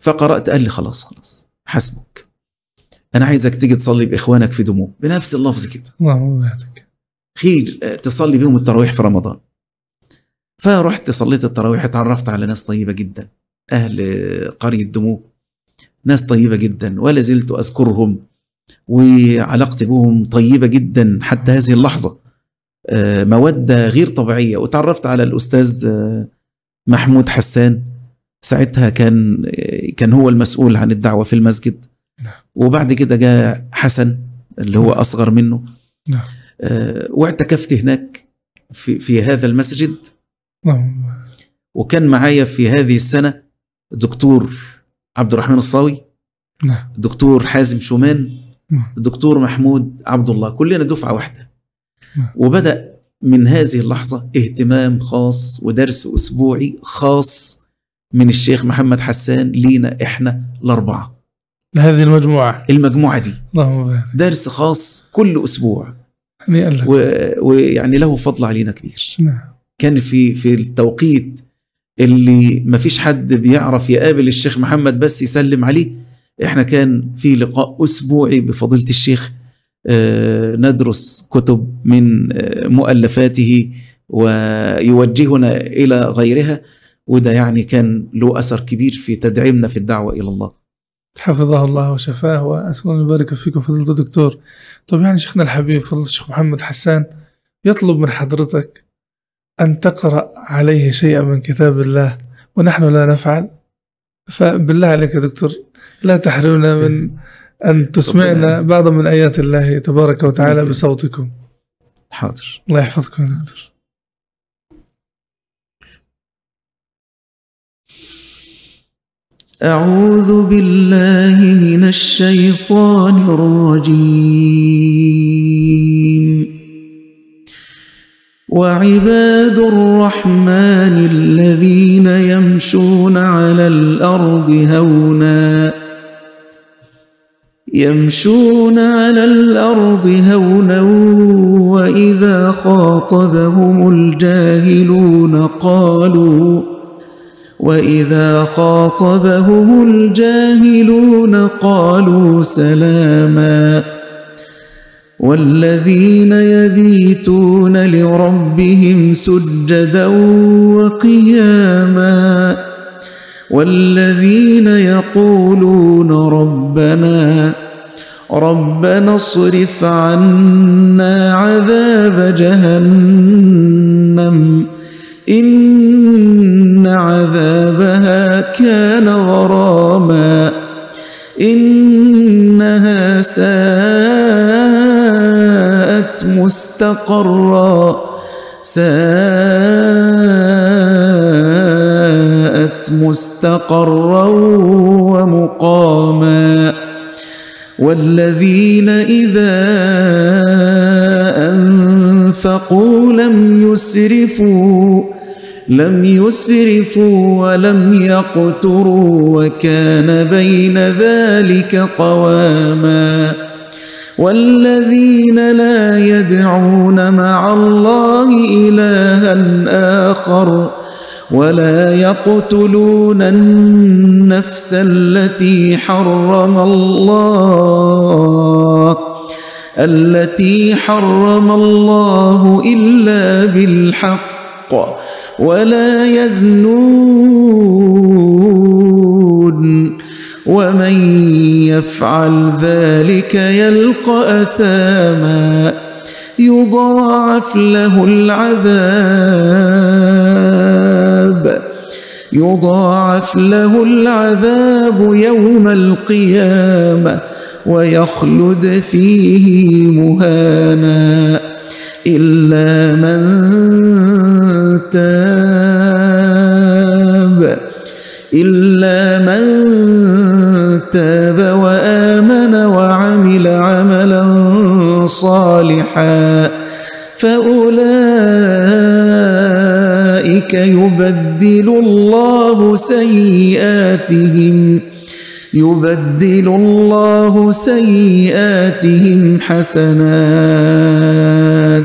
Speaker 3: فقرات قال لي خلاص خلاص حسبك انا عايزك تيجي تصلي باخوانك في دموع بنفس اللفظ كده
Speaker 2: اللهم بارك
Speaker 3: خير آه، تصلي بيهم التراويح في رمضان فرحت صليت التراويح اتعرفت على ناس طيبة جدا أهل آه، قرية دمو ناس طيبة جدا ولا زلت أذكرهم وعلاقتي بهم طيبة جدا حتى هذه اللحظة آه، مودة غير طبيعية وتعرفت على الأستاذ آه، محمود حسان ساعتها كان آه، كان هو المسؤول عن الدعوة في المسجد وبعد كده جاء حسن اللي هو أصغر منه
Speaker 2: نعم.
Speaker 3: آه، واعتكفت هناك في, في هذا المسجد
Speaker 2: اللهم بارك
Speaker 3: وكان معايا في هذه السنة دكتور عبد الرحمن الصاوي
Speaker 2: نعم
Speaker 3: دكتور حازم شومان
Speaker 2: نعم.
Speaker 3: دكتور محمود عبد الله كلنا دفعة واحدة
Speaker 2: نعم.
Speaker 3: وبدأ من هذه اللحظة اهتمام خاص ودرس أسبوعي خاص من الشيخ محمد حسان لينا إحنا الأربعة
Speaker 2: لهذه المجموعة
Speaker 3: المجموعة دي
Speaker 2: اللهم بارك
Speaker 3: درس خاص كل أسبوع
Speaker 2: هنيئا لك
Speaker 3: و- ويعني له فضل علينا كبير
Speaker 2: نعم
Speaker 3: كان في في التوقيت اللي ما فيش حد بيعرف يقابل الشيخ محمد بس يسلم عليه احنا كان في لقاء اسبوعي بفضيله الشيخ آه، ندرس كتب من آه، مؤلفاته ويوجهنا الى غيرها وده يعني كان له اثر كبير في تدعيمنا في الدعوه الى الله
Speaker 2: حفظه الله وشفاه وأسأل الله يبارك فيكم فضيلة الدكتور طب يعني شيخنا الحبيب فضيلة الشيخ محمد حسان يطلب من حضرتك أن تقرأ عليه شيئا من كتاب الله ونحن لا نفعل فبالله عليك يا دكتور لا تحرمنا من أن تسمعنا بعض من آيات الله تبارك وتعالى بصوتكم
Speaker 3: حاضر
Speaker 2: الله يحفظكم يا دكتور
Speaker 3: أعوذ بالله من الشيطان الرجيم وعباد الرحمن الذين يمشون على الأرض هونا يمشون على الأرض هونا وإذا خاطبهم الجاهلون قالوا وإذا خاطبهم الجاهلون قالوا سلاما والذين يبيتون لربهم سجدا وقياما والذين يقولون ربنا ربنا اصرف عنا عذاب جهنم إن عذابها كان غراما إنها ساءت مستقرا ساءت مستقرا ومقاما والذين إذا أنفقوا لم يسرفوا لم يسرفوا ولم يقتروا وكان بين ذلك قواما والذين لا يدعون مع الله إلها آخر ولا يقتلون النفس التي حرم الله التي حرم الله الا بالحق ولا يزنون ومن يفعل ذلك يلقى اثاما يضاعف له العذاب يضاعف له العذاب يوم القيامه ويخلد فيه مهانا الا من تاب الا من تاب وامن وعمل عملا صالحا فاولئك يبدل الله سيئاتهم يبدل الله سيئاتهم حسنات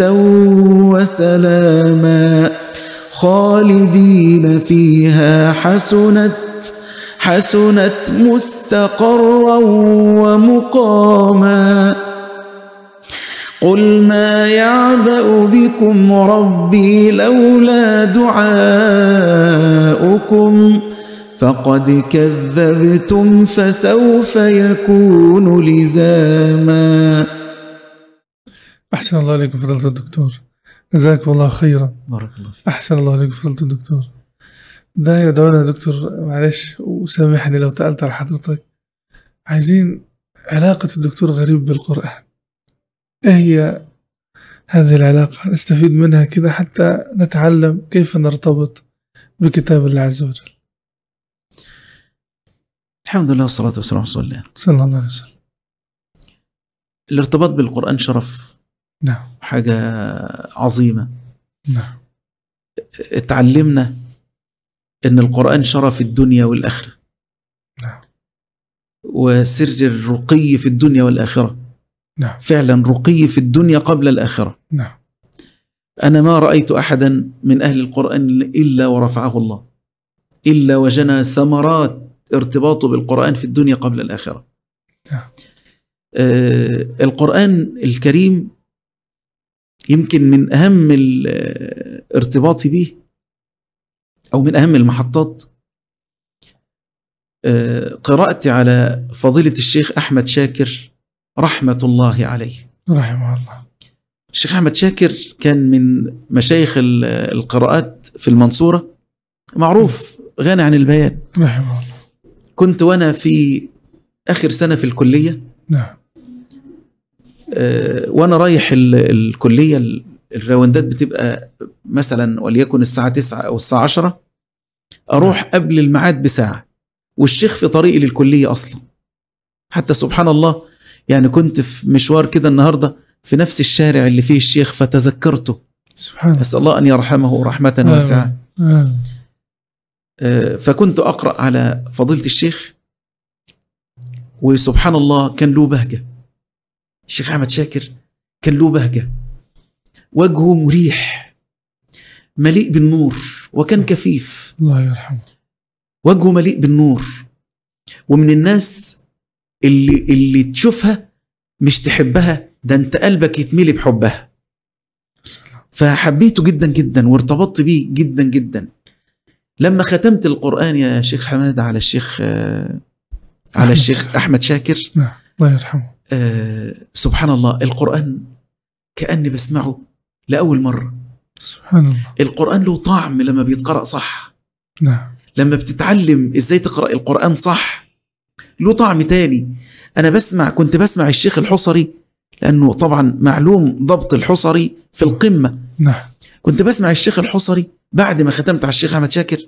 Speaker 3: وسلاما خالدين فيها حسنت حسنت مستقرا ومقاما قل ما يعبأ بكم ربي لولا دعاؤكم فقد كذبتم فسوف يكون لزاما
Speaker 2: أحسن الله عليكم فضيلة الدكتور جزاكم الله خيرا
Speaker 3: بارك الله فيك
Speaker 2: أحسن الله عليكم فضيلة الدكتور ده يدعونا يا دكتور معلش وسامحني لو تقلت على حضرتك عايزين علاقة الدكتور غريب بالقرآن إيه هي هذه العلاقة نستفيد منها كده حتى نتعلم كيف نرتبط بكتاب الله عز وجل
Speaker 3: الحمد لله والصلاة والسلام على رسول الله
Speaker 2: صلى الله عليه وسلم
Speaker 3: الارتباط بالقرآن شرف
Speaker 2: نعم
Speaker 3: حاجة عظيمة
Speaker 2: نعم
Speaker 3: اتعلمنا ان القرآن شرف الدنيا والآخرة
Speaker 2: نعم.
Speaker 3: وسر الرقي في الدنيا والآخرة
Speaker 2: نعم
Speaker 3: فعلا رقي في الدنيا قبل الآخرة
Speaker 2: نعم
Speaker 3: أنا ما رأيت أحدا من أهل القرآن إلا ورفعه الله إلا وجنى ثمرات ارتباطه بالقرآن في الدنيا قبل الآخرة
Speaker 2: نعم.
Speaker 3: آه القرآن الكريم يمكن من أهم ال- آه، ارتباطي به أو من أهم المحطات آه، قراءتي على فضيلة الشيخ أحمد شاكر رحمة الله عليه
Speaker 2: رحمه الله
Speaker 3: الشيخ احمد شاكر كان من مشايخ ال- القراءات في المنصوره معروف غني عن البيان
Speaker 2: رحمه الله
Speaker 3: كنت وانا في اخر سنه في الكليه
Speaker 2: نعم
Speaker 3: آه، وانا رايح ال- الكليه ال- الراوندات بتبقى مثلا وليكن الساعه 9 او الساعه 10 اروح قبل الميعاد بساعه والشيخ في طريقي للكليه اصلا حتى سبحان الله يعني كنت في مشوار كده النهارده في نفس الشارع اللي فيه الشيخ فتذكرته
Speaker 2: سبحان الله
Speaker 3: أسأل الله أن يرحمه رحمة واسعة
Speaker 2: آمين.
Speaker 3: آه، فكنت أقرأ على فضيلة الشيخ وسبحان الله كان له بهجة الشيخ أحمد شاكر كان له بهجة وجهه مريح مليء بالنور وكان كفيف
Speaker 2: الله يرحمه
Speaker 3: وجهه مليء بالنور ومن الناس اللي اللي تشوفها مش تحبها ده انت قلبك يتملي بحبها فحبيته جدا جدا وارتبطت بيه جدا جدا لما ختمت القرآن يا شيخ حماد على الشيخ آه،
Speaker 2: أحمد
Speaker 3: على الشيخ
Speaker 2: شاكر.
Speaker 3: أحمد شاكر
Speaker 2: نعم الله يرحمه
Speaker 3: آه، سبحان الله القرآن كأني بسمعه لأول مرة
Speaker 2: سبحان الله
Speaker 3: القرآن له طعم لما بيتقرأ صح
Speaker 2: نعم
Speaker 3: لما بتتعلم ازاي تقرا القران صح له طعم تاني انا بسمع كنت بسمع الشيخ الحصري لانه طبعا معلوم ضبط الحصري في القمه
Speaker 2: نعم
Speaker 3: كنت بسمع الشيخ الحصري بعد ما ختمت على الشيخ احمد شاكر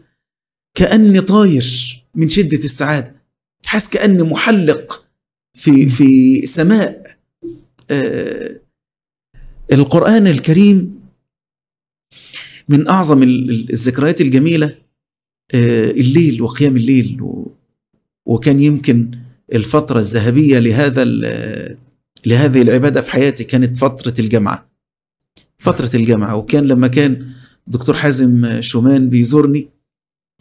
Speaker 3: كاني طاير من شده السعاده حاسس كاني محلق في في سماء آه، القران الكريم من اعظم ال- ال- الذكريات الجميله آه، الليل وقيام الليل و- وكان يمكن الفتره الذهبيه لهذا ال- لهذه العباده في حياتي كانت فتره الجامعه فتره الجامعه وكان لما كان دكتور حازم شومان بيزورني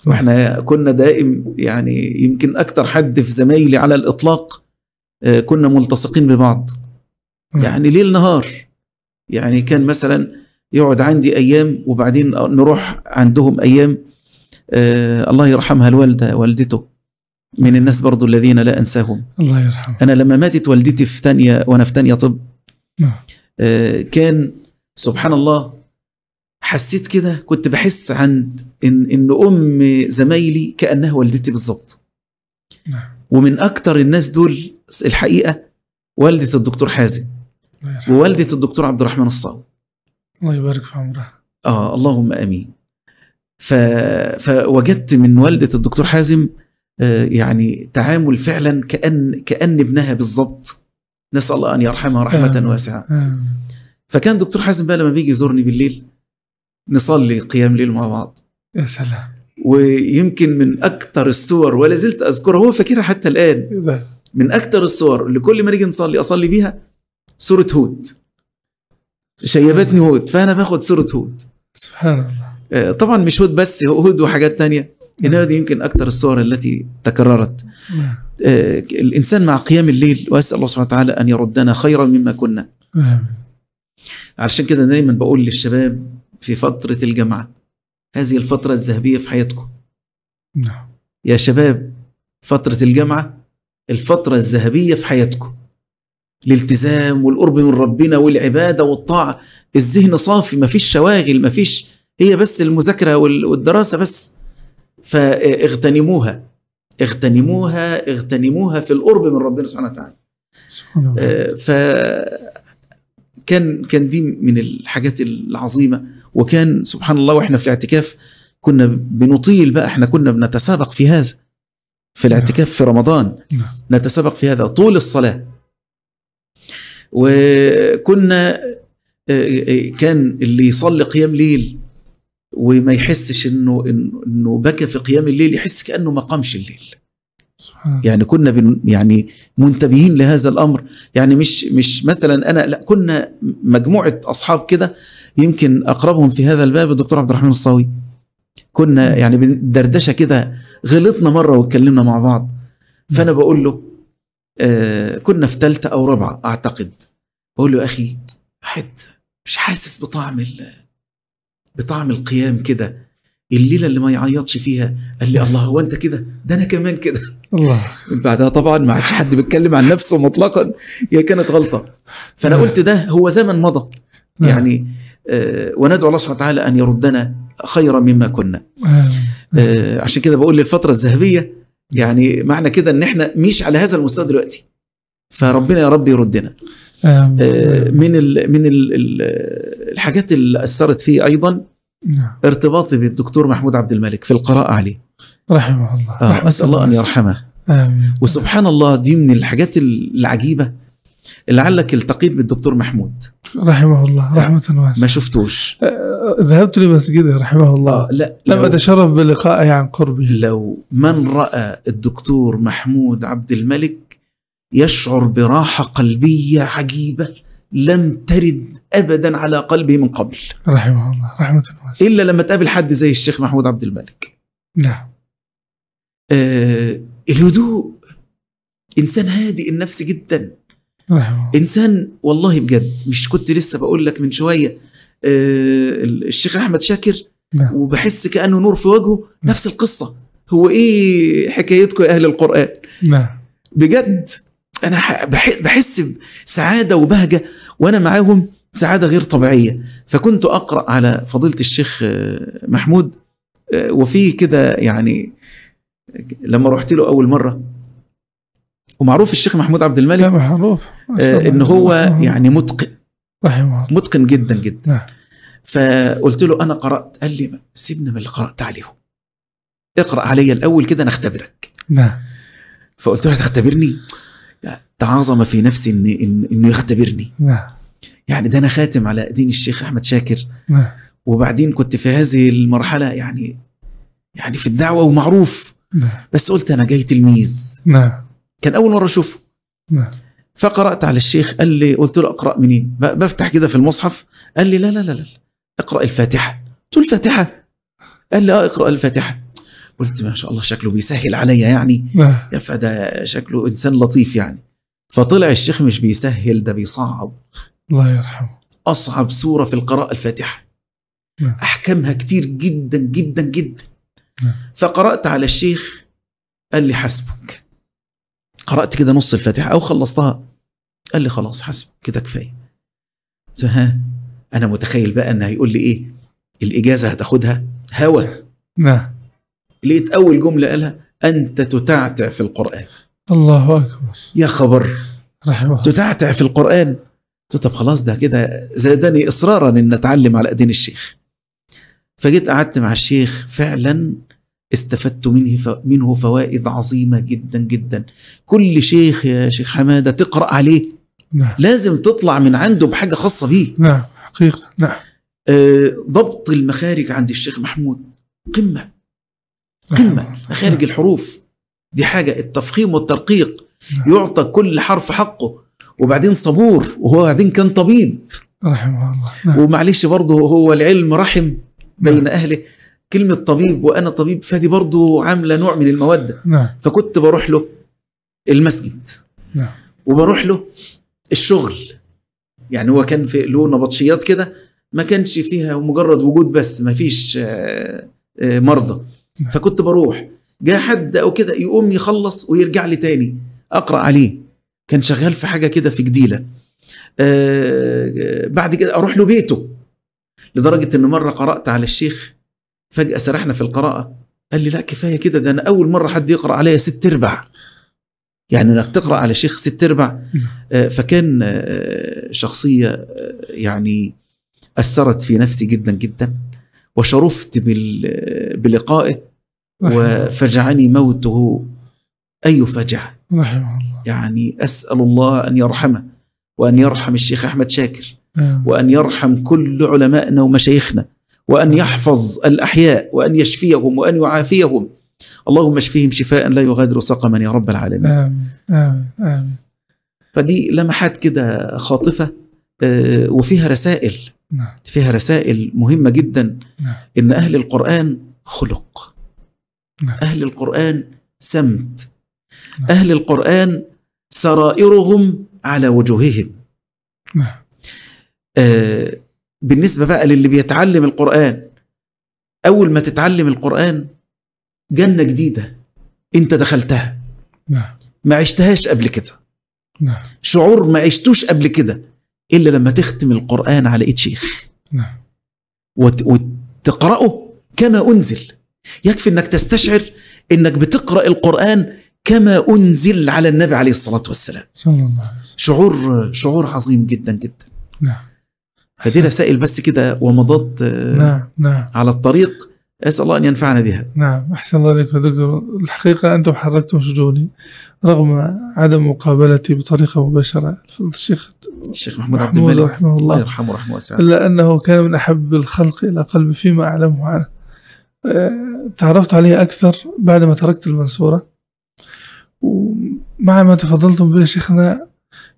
Speaker 3: واحنا كنا دائم يعني يمكن اكتر حد في زمايلي على الاطلاق آه، كنا ملتصقين ببعض
Speaker 2: نعم.
Speaker 3: يعني ليل نهار يعني كان مثلا يقعد عندي ايام وبعدين نروح عندهم ايام آه، الله يرحمها الوالده والدته من الناس برضو الذين لا انساهم
Speaker 2: الله يرحمه
Speaker 3: انا لما ماتت والدتي في تانية وانا في تانية طب
Speaker 2: نعم
Speaker 3: آه، كان سبحان الله حسيت كده كنت بحس عند ان ان ام زمايلي كانها والدتي بالظبط
Speaker 2: نعم.
Speaker 3: ومن اكتر الناس دول الحقيقه والده الدكتور حازم
Speaker 2: الله يرحمه
Speaker 3: ووالده الدكتور عبد الرحمن الصاوي
Speaker 2: الله يبارك في عمرها
Speaker 3: آه اللهم آمين ف... فوجدت من والدة الدكتور حازم آه، يعني تعامل فعلا كأن كأن ابنها بالظبط نسأل الله أن يرحمها رحمة
Speaker 2: آمين.
Speaker 3: واسعة
Speaker 2: آمين.
Speaker 3: فكان دكتور حازم بقى لما بيجي يزورني بالليل نصلي قيام ليل مع بعض
Speaker 2: يا سلام
Speaker 3: ويمكن من أكتر الصور ولا زلت أذكرها هو فاكرها حتى الآن
Speaker 2: إيه ده؟
Speaker 3: من أكتر الصور اللي كل ما نيجي نصلي أصلي بيها سورة هود شيبتني هود فأنا باخد سورة هود
Speaker 2: سبحان الله
Speaker 3: آه، طبعا مش هود بس هود وحاجات تانية انما دي يمكن اكتر الصور التي تكررت
Speaker 2: نعم.
Speaker 3: آه، الانسان مع قيام الليل واسال الله سبحانه وتعالى ان يردنا خيرا مما كنا
Speaker 2: آمين.
Speaker 3: علشان كده دايما بقول للشباب في فتره الجامعه هذه الفتره الذهبيه في حياتكم
Speaker 2: نعم
Speaker 3: يا شباب فتره الجامعه الفتره الذهبيه في حياتكم الالتزام والقرب من ربنا والعباده والطاعه الذهن صافي مفيش شواغل مفيش هي بس المذاكره وال- والدراسه بس فاغتنموها اغتنموها اغتنموها في القرب من ربنا سبحانه وتعالى
Speaker 2: سبحان الله
Speaker 3: آه، ف كان كان دي من الحاجات العظيمه وكان سبحان الله واحنا في الاعتكاف كنا بنطيل بقى احنا كنا بنتسابق في هذا في الاعتكاف في رمضان
Speaker 2: نعم.
Speaker 3: نتسابق في هذا طول الصلاه وكنا آه، آه، كان اللي يصلي قيام ليل وما يحسش انه انه إنه بكى في قيام الليل يحس كانه ما قامش الليل
Speaker 2: سبحان الله
Speaker 3: يعني كنا بن يعني منتبهين لهذا الامر يعني مش مش مثلا انا لا كنا مجموعه اصحاب كده يمكن اقربهم في هذا الباب الدكتور عبد الرحمن الصاوي كنا يعني بندردشه كده غلطنا مره واتكلمنا مع بعض فانا بقول له آه كنا في ثالثه او رابعه اعتقد بقول له يا اخي حد مش حاسس بطعم ال- بطعم القيام كده الليله اللي ما يعيطش فيها قال لي الله هو انت كده ده انا كمان كده
Speaker 2: الله
Speaker 3: من بعدها طبعا ما عادش حد بيتكلم عن نفسه مطلقا هي كانت غلطه فانا
Speaker 2: نعم.
Speaker 3: قلت ده هو زمن مضى
Speaker 2: نعم.
Speaker 3: يعني آه، وندعو الله سبحانه وتعالى ان يردنا خيرا مما كنا
Speaker 2: آمين.
Speaker 3: آه، عشان كده بقول للفتره الذهبيه يعني معنى كده ان احنا مش على هذا المستوى دلوقتي فربنا يا رب يردنا
Speaker 2: آمين.
Speaker 3: آه، من ال من ال ال- الحاجات اللي اثرت فيه ايضا
Speaker 2: نعم
Speaker 3: ارتباطي بالدكتور محمود عبد الملك في القراءه عليه
Speaker 2: رحمه الله
Speaker 3: آه،
Speaker 2: رحمة
Speaker 3: اسال الله ان
Speaker 2: واسعة.
Speaker 3: يرحمه
Speaker 2: آمين
Speaker 3: وسبحان الله دي من الحاجات العجيبه لعلك التقيت بالدكتور محمود
Speaker 2: رحمه الله
Speaker 3: آه،
Speaker 2: رحمة
Speaker 3: ما
Speaker 2: واسعة
Speaker 3: شفتوش
Speaker 2: آه، ذهبت لمسجده رحمه الله
Speaker 3: آه، لا
Speaker 2: لم
Speaker 3: لو,
Speaker 2: أتشرف بلقائه عن قربه
Speaker 3: لو من راى الدكتور محمود عبد الملك يشعر براحه قلبيه عجيبه لم ترد ابدا على قلبه من قبل
Speaker 2: رحمه الله رحمه واسعه
Speaker 3: الا لما تقابل حد زي الشيخ محمود عبد الملك
Speaker 2: نعم
Speaker 3: آه الهدوء انسان هادئ النفس جدا
Speaker 2: رحمه
Speaker 3: إيه.
Speaker 2: الله
Speaker 3: انسان والله بجد مش كنت لسه بقول لك من شويه آه، الشيخ احمد شاكر
Speaker 2: نعم.
Speaker 3: وبحس كانه نور في وجهه نفس القصه هو ايه حكايتكم يا اهل القران
Speaker 2: نعم
Speaker 3: بجد انا ح- بح- بحس بسعاده وبهجه وانا معاهم سعاده غير طبيعيه فكنت اقرا على فضيله الشيخ آه، محمود آه، وفي كده يعني لما رحت له اول مره ومعروف الشيخ محمود عبد الملك
Speaker 2: لا معروف ما شاء
Speaker 3: آه،
Speaker 2: الله.
Speaker 3: ان هو
Speaker 2: رحمه الله.
Speaker 3: يعني متقن
Speaker 2: رحمه الله
Speaker 3: متقن جدا جدا
Speaker 2: نعم
Speaker 3: فقلت له انا قرات قال لي سيبنا من اللي قرات عليهم اقرا عليا الاول كده انا اختبرك
Speaker 2: نعم
Speaker 3: فقلت له هتختبرني يعني تعاظم في نفسي ان إن- انه يختبرني
Speaker 2: نعم
Speaker 3: يعني ده انا خاتم على دين الشيخ احمد شاكر
Speaker 2: نعم
Speaker 3: وبعدين كنت في هذه المرحله يعني يعني في الدعوه ومعروف
Speaker 2: نعم
Speaker 3: بس قلت انا جاي تلميذ
Speaker 2: نعم
Speaker 3: كان اول مره اشوفه
Speaker 2: نعم
Speaker 3: فقرات على الشيخ قال لي قلت له اقرا منين ب- بفتح كده في المصحف قال لي لا لا لا لا اقرا الفاتحه قلت له الفاتحه قال لي اه اقرا الفاتحه قلت ما شاء الله شكله بيسهل عليا يعني
Speaker 2: نعم
Speaker 3: يا فده شكله انسان لطيف يعني فطلع الشيخ مش بيسهل ده بيصعب
Speaker 2: الله يرحمه
Speaker 3: اصعب سوره في القراءه الفاتحه
Speaker 2: نعم.
Speaker 3: احكامها كتير جدا جدا جدا
Speaker 2: نعم.
Speaker 3: فقرات على الشيخ قال لي حسبك قرات كده نص الفاتحه او خلصتها قال لي خلاص حسبك كده كفايه قلت له ها انا متخيل بقى ان هيقول لي ايه الاجازه هتاخدها هوا
Speaker 2: نعم
Speaker 3: لقيت اول جمله قالها انت تتعتع في القران
Speaker 2: الله اكبر
Speaker 3: يا خبر
Speaker 2: رحمه الله
Speaker 3: تتعتع في القرآن قلت طب خلاص ده كده زادني إصرارا إن أتعلم على أدين الشيخ فجيت قعدت مع الشيخ فعلا استفدت منه ف- منه فوائد عظيمة جدا جدا كل شيخ يا شيخ حمادة تقرأ عليه
Speaker 2: نعم
Speaker 3: لازم تطلع من عنده بحاجة خاصة بيه
Speaker 2: نعم حقيقه نعم
Speaker 3: آه، ضبط المخارج عند الشيخ محمود قمة قمة
Speaker 2: رحمه
Speaker 3: مخارج الحروف دي حاجة التفخيم والترقيق
Speaker 2: نعم.
Speaker 3: يعطى كل حرف حقه وبعدين صبور وهو بعدين كان طبيب
Speaker 2: الله. رحمه الله نعم
Speaker 3: ومعليش برضه هو العلم رحم بين أهله كلمة طبيب وأنا طبيب فدي برضه عاملة نوع من المودة
Speaker 2: نعم
Speaker 3: فكنت بروح له المسجد
Speaker 2: نعم.
Speaker 3: وبروح له الشغل يعني هو كان في له نبطشيات كده ما كانش فيها مجرد وجود بس ما فيش آه، آه، مرضى
Speaker 2: نعم.
Speaker 3: فكنت بروح جاء حد او كده يقوم يخلص ويرجع لي تاني اقرا عليه كان شغال في حاجه كده في جديله آه، آه، بعد كده اروح له بيته لدرجه ان مره قرات على الشيخ فجاه سرحنا في القراءه قال لي لا كفايه كده ده انا اول مره حد يقرا عليا ست ارباع يعني انك تقرا على شيخ ست ارباع آه، فكان آه، شخصيه آه، يعني اثرت في نفسي جدا جدا وشرفت بال- آه، بلقائه
Speaker 2: رحمه
Speaker 3: وفجعني موته اي فجعه
Speaker 2: رحمه الله
Speaker 3: يعني اسال الله ان يرحمه وان يرحم الشيخ احمد شاكر
Speaker 2: آمين.
Speaker 3: وان يرحم كل علمائنا ومشايخنا وان يحفظ الاحياء وان يشفيهم وان يعافيهم اللهم اشفيهم شفاء لا يغادر سقما يا رب العالمين
Speaker 2: امين امين امين
Speaker 3: فدي لمحات كده خاطفه آه، وفيها رسائل
Speaker 2: نعم
Speaker 3: فيها رسائل مهمه جدا
Speaker 2: نعم.
Speaker 3: ان اهل القران خلق
Speaker 2: نعم.
Speaker 3: اهل القران سمت
Speaker 2: نعم.
Speaker 3: اهل القران سرائرهم على وجوههم
Speaker 2: نعم
Speaker 3: آه، بالنسبه بقى للي بيتعلم القران اول ما تتعلم القران جنه جديده انت دخلتها
Speaker 2: نعم
Speaker 3: ما عشتهاش قبل كده
Speaker 2: نعم
Speaker 3: شعور ما عشتوش قبل كده الا لما تختم القران على ايد شيخ
Speaker 2: نعم
Speaker 3: وت- وتقراه كما انزل يكفي انك تستشعر انك بتقرا القران كما انزل على النبي عليه الصلاه والسلام
Speaker 2: صلى الله عليه وسلم
Speaker 3: شعور شعور عظيم جدا جدا
Speaker 2: نعم
Speaker 3: فدي رسائل بس كده ومضات آه،
Speaker 2: نعم نعم
Speaker 3: على الطريق اسال الله ان ينفعنا بها
Speaker 2: نعم أحسن الله إليك يا دكتور الحقيقة أنتم حركتم شجوني رغم عدم مقابلتي بطريقة مباشرة فضيلة الشيخ
Speaker 3: الشيخ محمود عبد
Speaker 2: محمود
Speaker 3: الملك
Speaker 2: رحمه
Speaker 3: الله
Speaker 2: الله
Speaker 3: يرحمه رحمه واسعه
Speaker 2: إلا أنه كان من أحب الخلق إلى قلبي فيما أعلمه عنه آه، تعرفت عليه أكثر بعدما تركت المنصورة ومع ما تفضلتم به شيخنا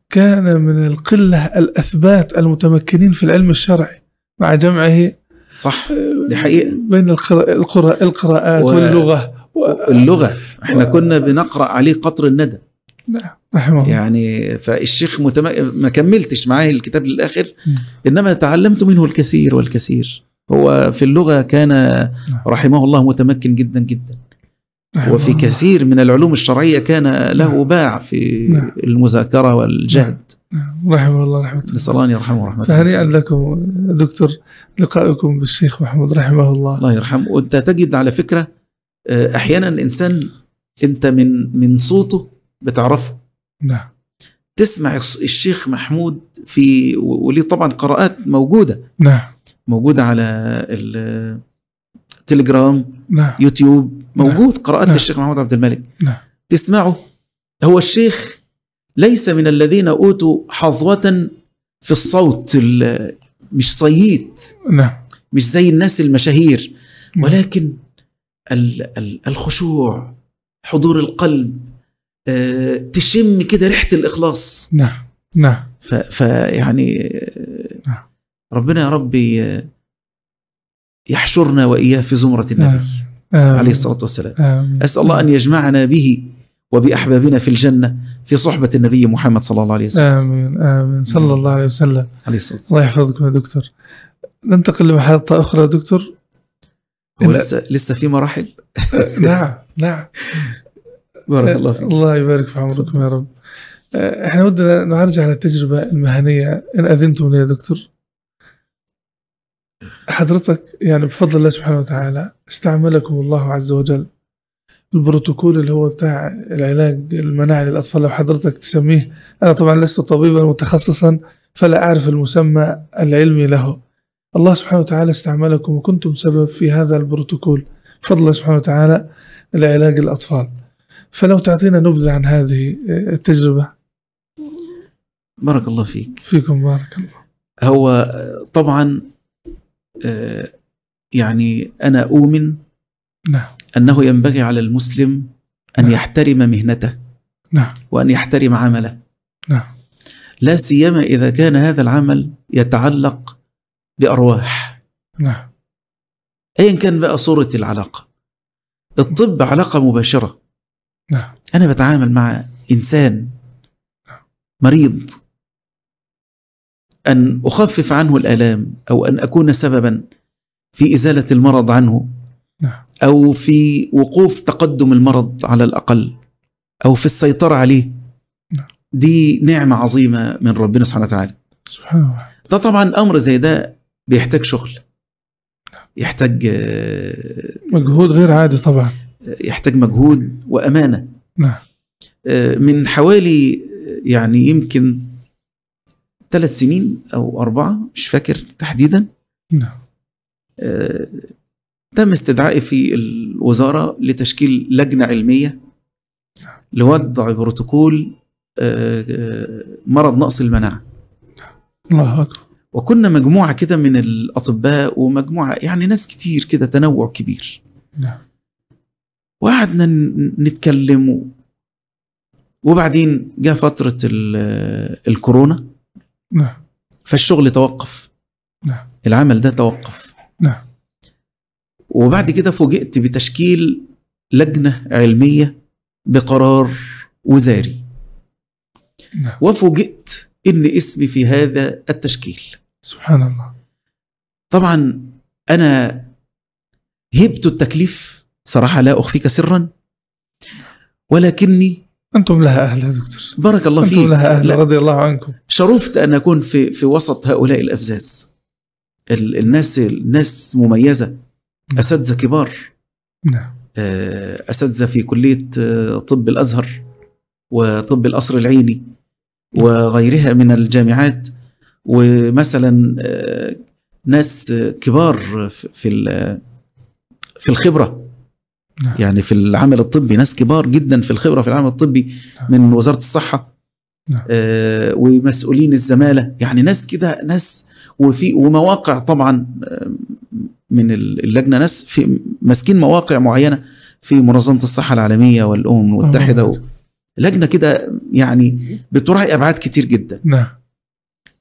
Speaker 2: كان من القلة الأثبات المتمكنين في العلم الشرعي مع جمعه
Speaker 3: صح دي حقيقة
Speaker 2: بين القراء القراء القراءات
Speaker 3: و-
Speaker 2: واللغة و...
Speaker 3: اللغة احنا كنا بنقرأ عليه قطر الندى
Speaker 2: نعم رحمه الله
Speaker 3: يعني فالشيخ متم... ما كملتش معاه الكتاب للآخر
Speaker 2: مم.
Speaker 3: إنما تعلمت منه الكثير والكثير هو في اللغة
Speaker 2: نعم.
Speaker 3: كان رحمه الله متمكن جدا جدا
Speaker 2: رحمه
Speaker 3: وفي
Speaker 2: الله.
Speaker 3: كثير من العلوم الشرعية كان له باع في
Speaker 2: نعم.
Speaker 3: المذاكرة والجهد
Speaker 2: نعم. رحمه الله رحمه الله
Speaker 3: نسأل الله أن يرحمه رحمة
Speaker 2: فهنيئا
Speaker 3: واسعة.
Speaker 2: لكم دكتور لقائكم بالشيخ محمود رحمه الله
Speaker 3: الله يرحمه وانت تجد على فكره آه، احيانا الانسان انت من من صوته بتعرفه
Speaker 2: نعم
Speaker 3: تسمع الص- الشيخ محمود في و- وليه طبعا قراءات موجوده
Speaker 2: نعم
Speaker 3: موجوده على ال- تليجرام
Speaker 2: نعم
Speaker 3: يوتيوب موجود قراءات
Speaker 2: نعم.
Speaker 3: للشيخ محمود عبد الملك
Speaker 2: نعم.
Speaker 3: تسمعه هو الشيخ ليس من الذين اوتوا حظوه في الصوت ال- مش صييت
Speaker 2: نعم
Speaker 3: مش زي الناس المشاهير
Speaker 2: نعم.
Speaker 3: ولكن ال- ال- الخشوع حضور القلب آه، تشم كده ريحه الاخلاص
Speaker 2: نعم نعم
Speaker 3: ف- فيعني آه،
Speaker 2: نعم.
Speaker 3: ربنا يا ربي آه، يحشرنا واياه في زمره النبي
Speaker 2: آمين.
Speaker 3: عليه الصلاه والسلام
Speaker 2: آمين.
Speaker 3: اسال الله ان يجمعنا به وباحبابنا في الجنه في صحبه النبي محمد صلى الله عليه وسلم
Speaker 2: آمين آمين صلى الله عليه وسلم
Speaker 3: عليه الصلاه والسلام
Speaker 2: الله يحفظكم يا دكتور ننتقل لمحطة أخرى يا دكتور
Speaker 3: هو
Speaker 2: إن-
Speaker 3: لسه لسه في مراحل
Speaker 2: نعم نعم
Speaker 3: بارك الله فيك
Speaker 2: آه، الله يبارك في عمركم يا رب آه، احنا ودنا نرجع للتجربة المهنية إن أذنتم لي يا دكتور حضرتك يعني بفضل الله سبحانه وتعالى استعملكم الله عز وجل البروتوكول اللي هو بتاع العلاج المناعي للأطفال لو حضرتك تسميه أنا طبعا لست طبيبا متخصصا فلا أعرف المسمى العلمي له الله سبحانه وتعالى استعملكم وكنتم سبب في هذا البروتوكول بفضل الله سبحانه وتعالى لعلاج الأطفال فلو تعطينا نبذة عن هذه آه، التجربة
Speaker 3: بارك الله فيك
Speaker 2: فيكم بارك الله
Speaker 3: هو آه، طبعا آه، يعني انا اؤمن
Speaker 2: نعم
Speaker 3: انه ينبغي على المسلم ان
Speaker 2: نعم.
Speaker 3: يحترم مهنته
Speaker 2: نعم
Speaker 3: وان يحترم عمله
Speaker 2: نعم
Speaker 3: لا سيما اذا كان هذا العمل يتعلق بارواح
Speaker 2: نعم
Speaker 3: ايا كان بقى صوره العلاقه الطب علاقه مباشره
Speaker 2: نعم
Speaker 3: انا بتعامل مع انسان مريض ان اخفف عنه الالام او ان اكون سببا في ازاله المرض عنه
Speaker 2: نعم
Speaker 3: أو في وقوف تقدم المرض على الأقل أو في السيطرة عليه
Speaker 2: نعم.
Speaker 3: دي نعمة عظيمة من ربنا سبحانه وتعالى
Speaker 2: سبحان الله
Speaker 3: ده طبعا أمر زي ده بيحتاج شغل يحتاج آه،
Speaker 2: مجهود غير عادي طبعا
Speaker 3: يحتاج مجهود وأمانة
Speaker 2: نعم
Speaker 3: آه، من حوالي آه، يعني يمكن ثلاث سنين أو أربعة مش فاكر تحديدا
Speaker 2: نعم
Speaker 3: آه، تم استدعائي في الوزارة لتشكيل لجنة علمية لوضع بروتوكول آه، آه، مرض نقص المناعة
Speaker 2: الله أكبر
Speaker 3: وكنا مجموعة كده من الأطباء ومجموعة يعني ناس كتير كده تنوع كبير
Speaker 2: نعم
Speaker 3: وقعدنا ن- نتكلم و- وبعدين جاء فترة ال- الكورونا
Speaker 2: نعم
Speaker 3: فالشغل توقف
Speaker 2: نعم.
Speaker 3: العمل ده توقف
Speaker 2: نعم.
Speaker 3: وبعد كده فوجئت بتشكيل لجنة علمية بقرار وزاري
Speaker 2: نعم.
Speaker 3: وفوجئت ان اسمي في هذا التشكيل
Speaker 2: سبحان الله
Speaker 3: طبعا انا هبت التكليف صراحة لا اخفيك سرا ولكني
Speaker 2: أنتم لها أهل يا دكتور
Speaker 3: بارك الله فيك
Speaker 2: أنتم لها
Speaker 3: لا،
Speaker 2: أهل رضي الله عنكم
Speaker 3: شرفت ان اكون في في وسط هؤلاء الافزاز ال- الناس الناس مميزه اساتذه كبار
Speaker 2: نعم
Speaker 3: آه، اساتذه في كليه آه، طب الازهر وطب القصر العيني وغيرها من الجامعات ومثلا آه، ناس آه، كبار في في ال- في الخبره
Speaker 2: نعم.
Speaker 3: يعني في العمل الطبي ناس كبار جدا في الخبره في العمل الطبي
Speaker 2: نعم.
Speaker 3: من وزاره الصحه
Speaker 2: نعم.
Speaker 3: آه، ومسؤولين الزماله يعني ناس كده ناس وفي ومواقع طبعا آه، من اللجنه ناس في ماسكين مواقع معينه في منظمه الصحه العالميه والامم المتحده
Speaker 2: آه.
Speaker 3: و- لجنه كده يعني بتراعي ابعاد كتير جدا
Speaker 2: نعم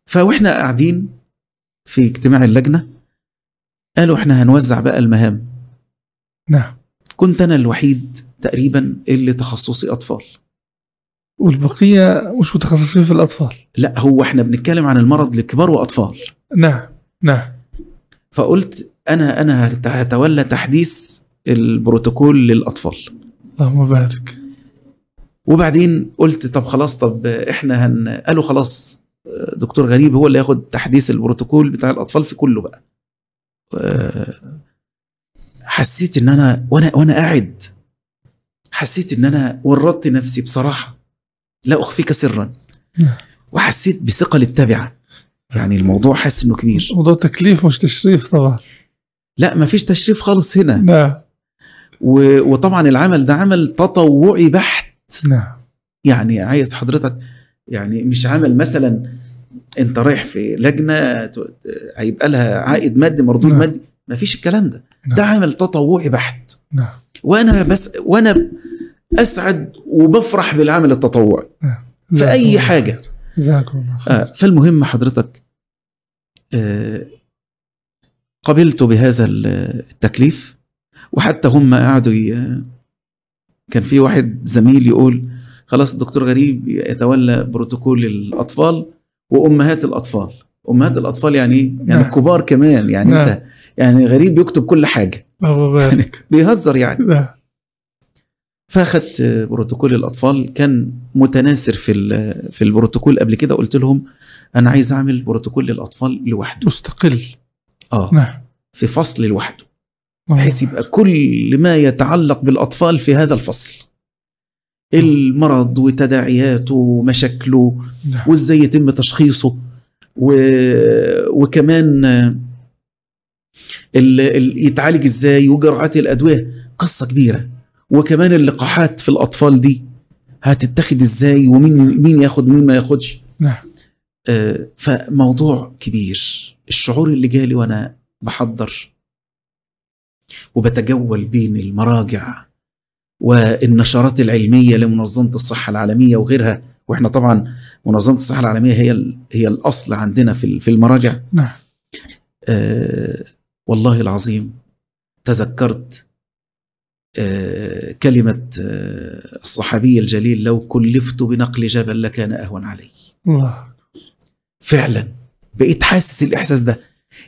Speaker 3: فاحنا قاعدين في اجتماع اللجنه قالوا احنا هنوزع بقى المهام
Speaker 2: نعم
Speaker 3: كنت انا الوحيد تقريبا اللي تخصصي اطفال
Speaker 2: والبقيه مش متخصصين في الاطفال
Speaker 3: لا هو احنا بنتكلم عن المرض لكبار واطفال
Speaker 2: نعم نعم
Speaker 3: فقلت انا انا هت- هتولى تحديث البروتوكول للاطفال
Speaker 2: اللهم بارك
Speaker 3: وبعدين قلت طب خلاص طب احنا هن قالوا خلاص دكتور غريب هو اللي ياخد تحديث البروتوكول بتاع الاطفال في كله بقى آه، حسيت ان انا وانا وانا قاعد حسيت ان انا ورطت نفسي بصراحه لا اخفيك سرا وحسيت بثقل التابعه يعني الموضوع حاسس انه كبير
Speaker 2: موضوع تكليف مش تشريف طبعا
Speaker 3: لا مفيش تشريف خالص هنا
Speaker 2: نعم
Speaker 3: و- وطبعا العمل ده عمل تطوعي بحت
Speaker 2: نعم
Speaker 3: يعني عايز حضرتك يعني مش عمل مثلا انت رايح في لجنه ت- ت- هيبقى لها عائد مادي مردود
Speaker 2: نعم.
Speaker 3: مادي مفيش الكلام ده
Speaker 2: نعم.
Speaker 3: ده عمل تطوعي بحت
Speaker 2: نعم
Speaker 3: وانا بس وانا اسعد وبفرح بالعمل التطوعي في
Speaker 2: جزاكم
Speaker 3: اي
Speaker 2: الله
Speaker 3: حاجه
Speaker 2: خير. جزاكم الله خير
Speaker 3: آه فالمهم حضرتك آه قبلت بهذا ال- التكليف وحتى هم قعدوا ي- كان في واحد زميل يقول خلاص الدكتور غريب يتولى بروتوكول الاطفال وامهات الاطفال امهات الاطفال يعني ايه يعني
Speaker 2: نعم.
Speaker 3: الكبار كمان يعني
Speaker 2: نعم.
Speaker 3: انت يعني غريب يكتب كل حاجه
Speaker 2: اللهم بارك
Speaker 3: بيهزر يعني
Speaker 2: نعم
Speaker 3: فاخدت آه، بروتوكول الاطفال كان متناثر في ال- في البروتوكول قبل كده قلت لهم انا عايز اعمل بروتوكول للاطفال لوحده
Speaker 2: مستقل
Speaker 3: اه
Speaker 2: نعم
Speaker 3: في فصل لوحده
Speaker 2: اللهم
Speaker 3: بحيث يبقى كل ما يتعلق بالاطفال في هذا الفصل المرض وتداعياته ومشاكله
Speaker 2: نعم.
Speaker 3: وازاي يتم تشخيصه و... وكمان ال... ال... يتعالج ازاي وجرعات الادويه قصه كبيره وكمان اللقاحات في الاطفال دي هتتاخد ازاي ومين مين ياخد ومين ما ياخدش
Speaker 2: نعم
Speaker 3: آه، فموضوع كبير الشعور اللي جالي وانا بحضر وبتجول بين المراجع والنشرات العلميه لمنظمه الصحه العالميه وغيرها واحنا طبعا منظمه الصحه العالميه هي ال- هي الاصل عندنا في ال- في المراجع
Speaker 2: نعم
Speaker 3: آه، والله العظيم تذكرت آه، كلمه آه، الصحابي الجليل لو كلفت بنقل جبل لكان اهون علي
Speaker 2: الله
Speaker 3: فعلا بقيت حاسس الاحساس ده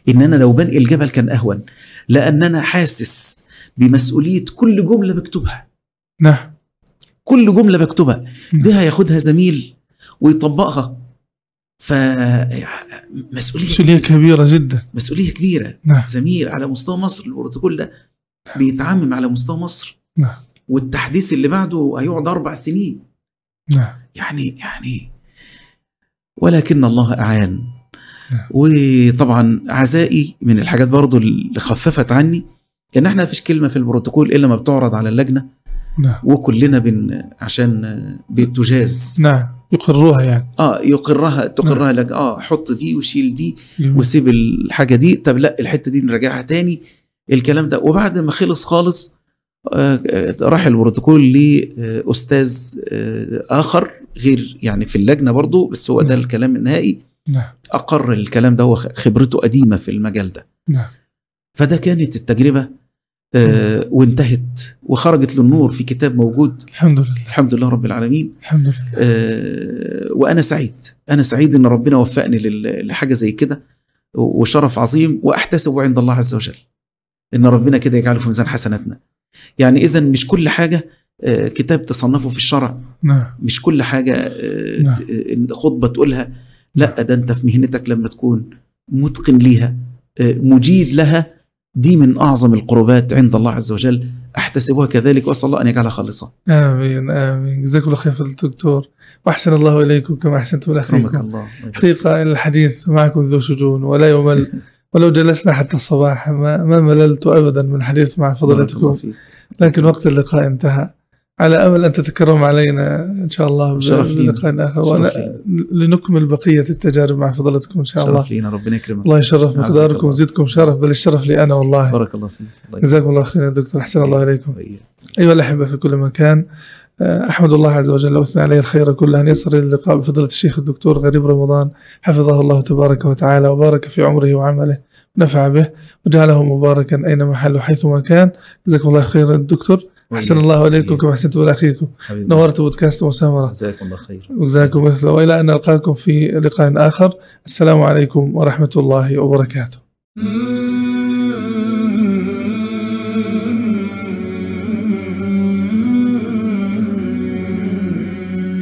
Speaker 3: ان انا لو بنقل الجبل كان اهون لان انا حاسس بمسؤوليه كل جمله بكتبها
Speaker 2: نعم
Speaker 3: كل جمله بكتبها
Speaker 2: نعم.
Speaker 3: دي هياخدها زميل ويطبقها ف مسؤوليه
Speaker 2: مسؤوليه كبيره جدا
Speaker 3: مسؤوليه كبيره
Speaker 2: نعم
Speaker 3: زميل على مستوى مصر البروتوكول ده بيتعمم على مستوى مصر
Speaker 2: نعم.
Speaker 3: والتحديث اللي بعده هيقعد اربع سنين
Speaker 2: نعم
Speaker 3: يعني يعني ولكن الله أعان
Speaker 2: نعم.
Speaker 3: وطبعا عزائي من الحاجات برضو اللي خففت عني ان احنا مفيش كلمه في البروتوكول الا ما بتعرض على اللجنه
Speaker 2: نعم
Speaker 3: وكلنا بن عشان بتجاز
Speaker 2: نعم يقروها يعني
Speaker 3: اه يقرها تقرها لك اه حط دي وشيل دي وسيب الحاجه دي طب لا الحته دي نراجعها تاني الكلام ده وبعد ما خلص خالص آه، آه، راح البروتوكول لاستاذ آه، اخر غير يعني في اللجنه برضو بس هو ده
Speaker 2: نعم.
Speaker 3: الكلام النهائي
Speaker 2: نعم
Speaker 3: اقر الكلام ده هو خ- خبرته قديمه في المجال ده
Speaker 2: نعم
Speaker 3: فده كانت التجربه آه، وانتهت وخرجت للنور في كتاب موجود
Speaker 2: الحمد لله
Speaker 3: الحمد لله رب العالمين
Speaker 2: الحمد لله
Speaker 3: آه، وانا سعيد انا سعيد ان ربنا وفقني لل- لحاجه زي كده و- وشرف عظيم واحتسبه عند الله عز وجل ان ربنا كده يجعله في ميزان حسناتنا يعني اذا مش كل حاجه آه، كتاب تصنفه في الشرع
Speaker 2: نعم
Speaker 3: مش كل حاجه آه،
Speaker 2: نعم.
Speaker 3: ت- آه، خطبه تقولها لا ده انت في مهنتك لما تكون متقن ليها آه، مجيد لها دي من اعظم القربات عند الله عز وجل احتسبها كذلك واسال الله ان يجعلها
Speaker 2: (laughs)
Speaker 3: خالصه
Speaker 2: امين امين جزاكم الله خير فضيله الدكتور واحسن الله اليكم كما احسنتم
Speaker 3: رحمك
Speaker 2: لاخيكم
Speaker 3: الله
Speaker 2: حقيقه الحديث معكم ذو شجون ولا يمل ولو جلسنا حتى الصباح ما, ما مللت ابدا من الحديث مع
Speaker 3: بارك الله
Speaker 2: فضيلتكم
Speaker 3: فيك.
Speaker 2: لكن وقت اللقاء انتهى على امل ان تتكرم علينا ان شاء الله ب-
Speaker 3: شرف لينا.
Speaker 2: بلقاء اخر
Speaker 3: شرف
Speaker 2: وانا
Speaker 3: لينا.
Speaker 2: لنكمل بقيه التجارب مع فضيلتكم ان شاء الله
Speaker 3: شرف لينا ربنا يكرمك
Speaker 2: الله يشرف
Speaker 3: عزك
Speaker 2: مقداركم
Speaker 3: الله.
Speaker 2: ويزيدكم شرف بل الشرف لي انا والله
Speaker 3: بارك الله فيك الله
Speaker 2: جزاكم الله خير يا دكتور احسن الله اليكم
Speaker 3: يكرمك.
Speaker 2: ايها الاحبه في كل مكان آه، أحمد الله عز وجل وأثنى عليه الخير كله أن يصل إلى اللقاء بفضيلة الشيخ الدكتور غريب رمضان حفظه الله تبارك وتعالى وبارك في عمره وعمله ونفع به وجعله مباركا أينما حل وحيثما كان جزاكم الله خيرا دكتور أحسن الله إليكم كما أحسنتم إلى أخيكم
Speaker 3: حبيبي
Speaker 2: نورت بودكاست مسامرة
Speaker 3: جزاكم الله خير
Speaker 2: وجزاكم مثله وإلى أن نلقاكم في لقاء آخر السلام عليكم ورحمة الله وبركاته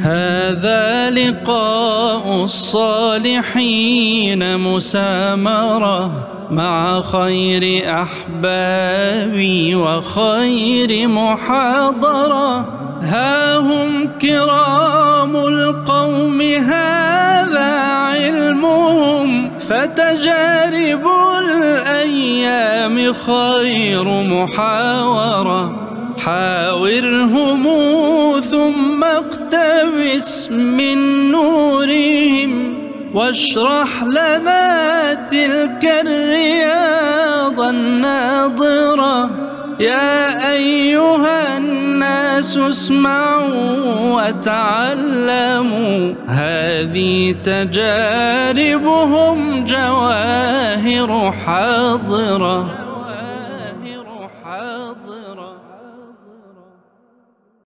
Speaker 1: هذا لقاء الصالحين مسامرة مع خير أحبابي وخير محاضرة ها هم كرام القوم هذا علمهم فتجارب الأيام خير محاورة حاورهم ثم اقتبس من نورهم واشرح لنا تلك الرياض الناظرة يا أيها الناس اسمعوا وتعلموا هذه تجاربهم جواهر حاضرة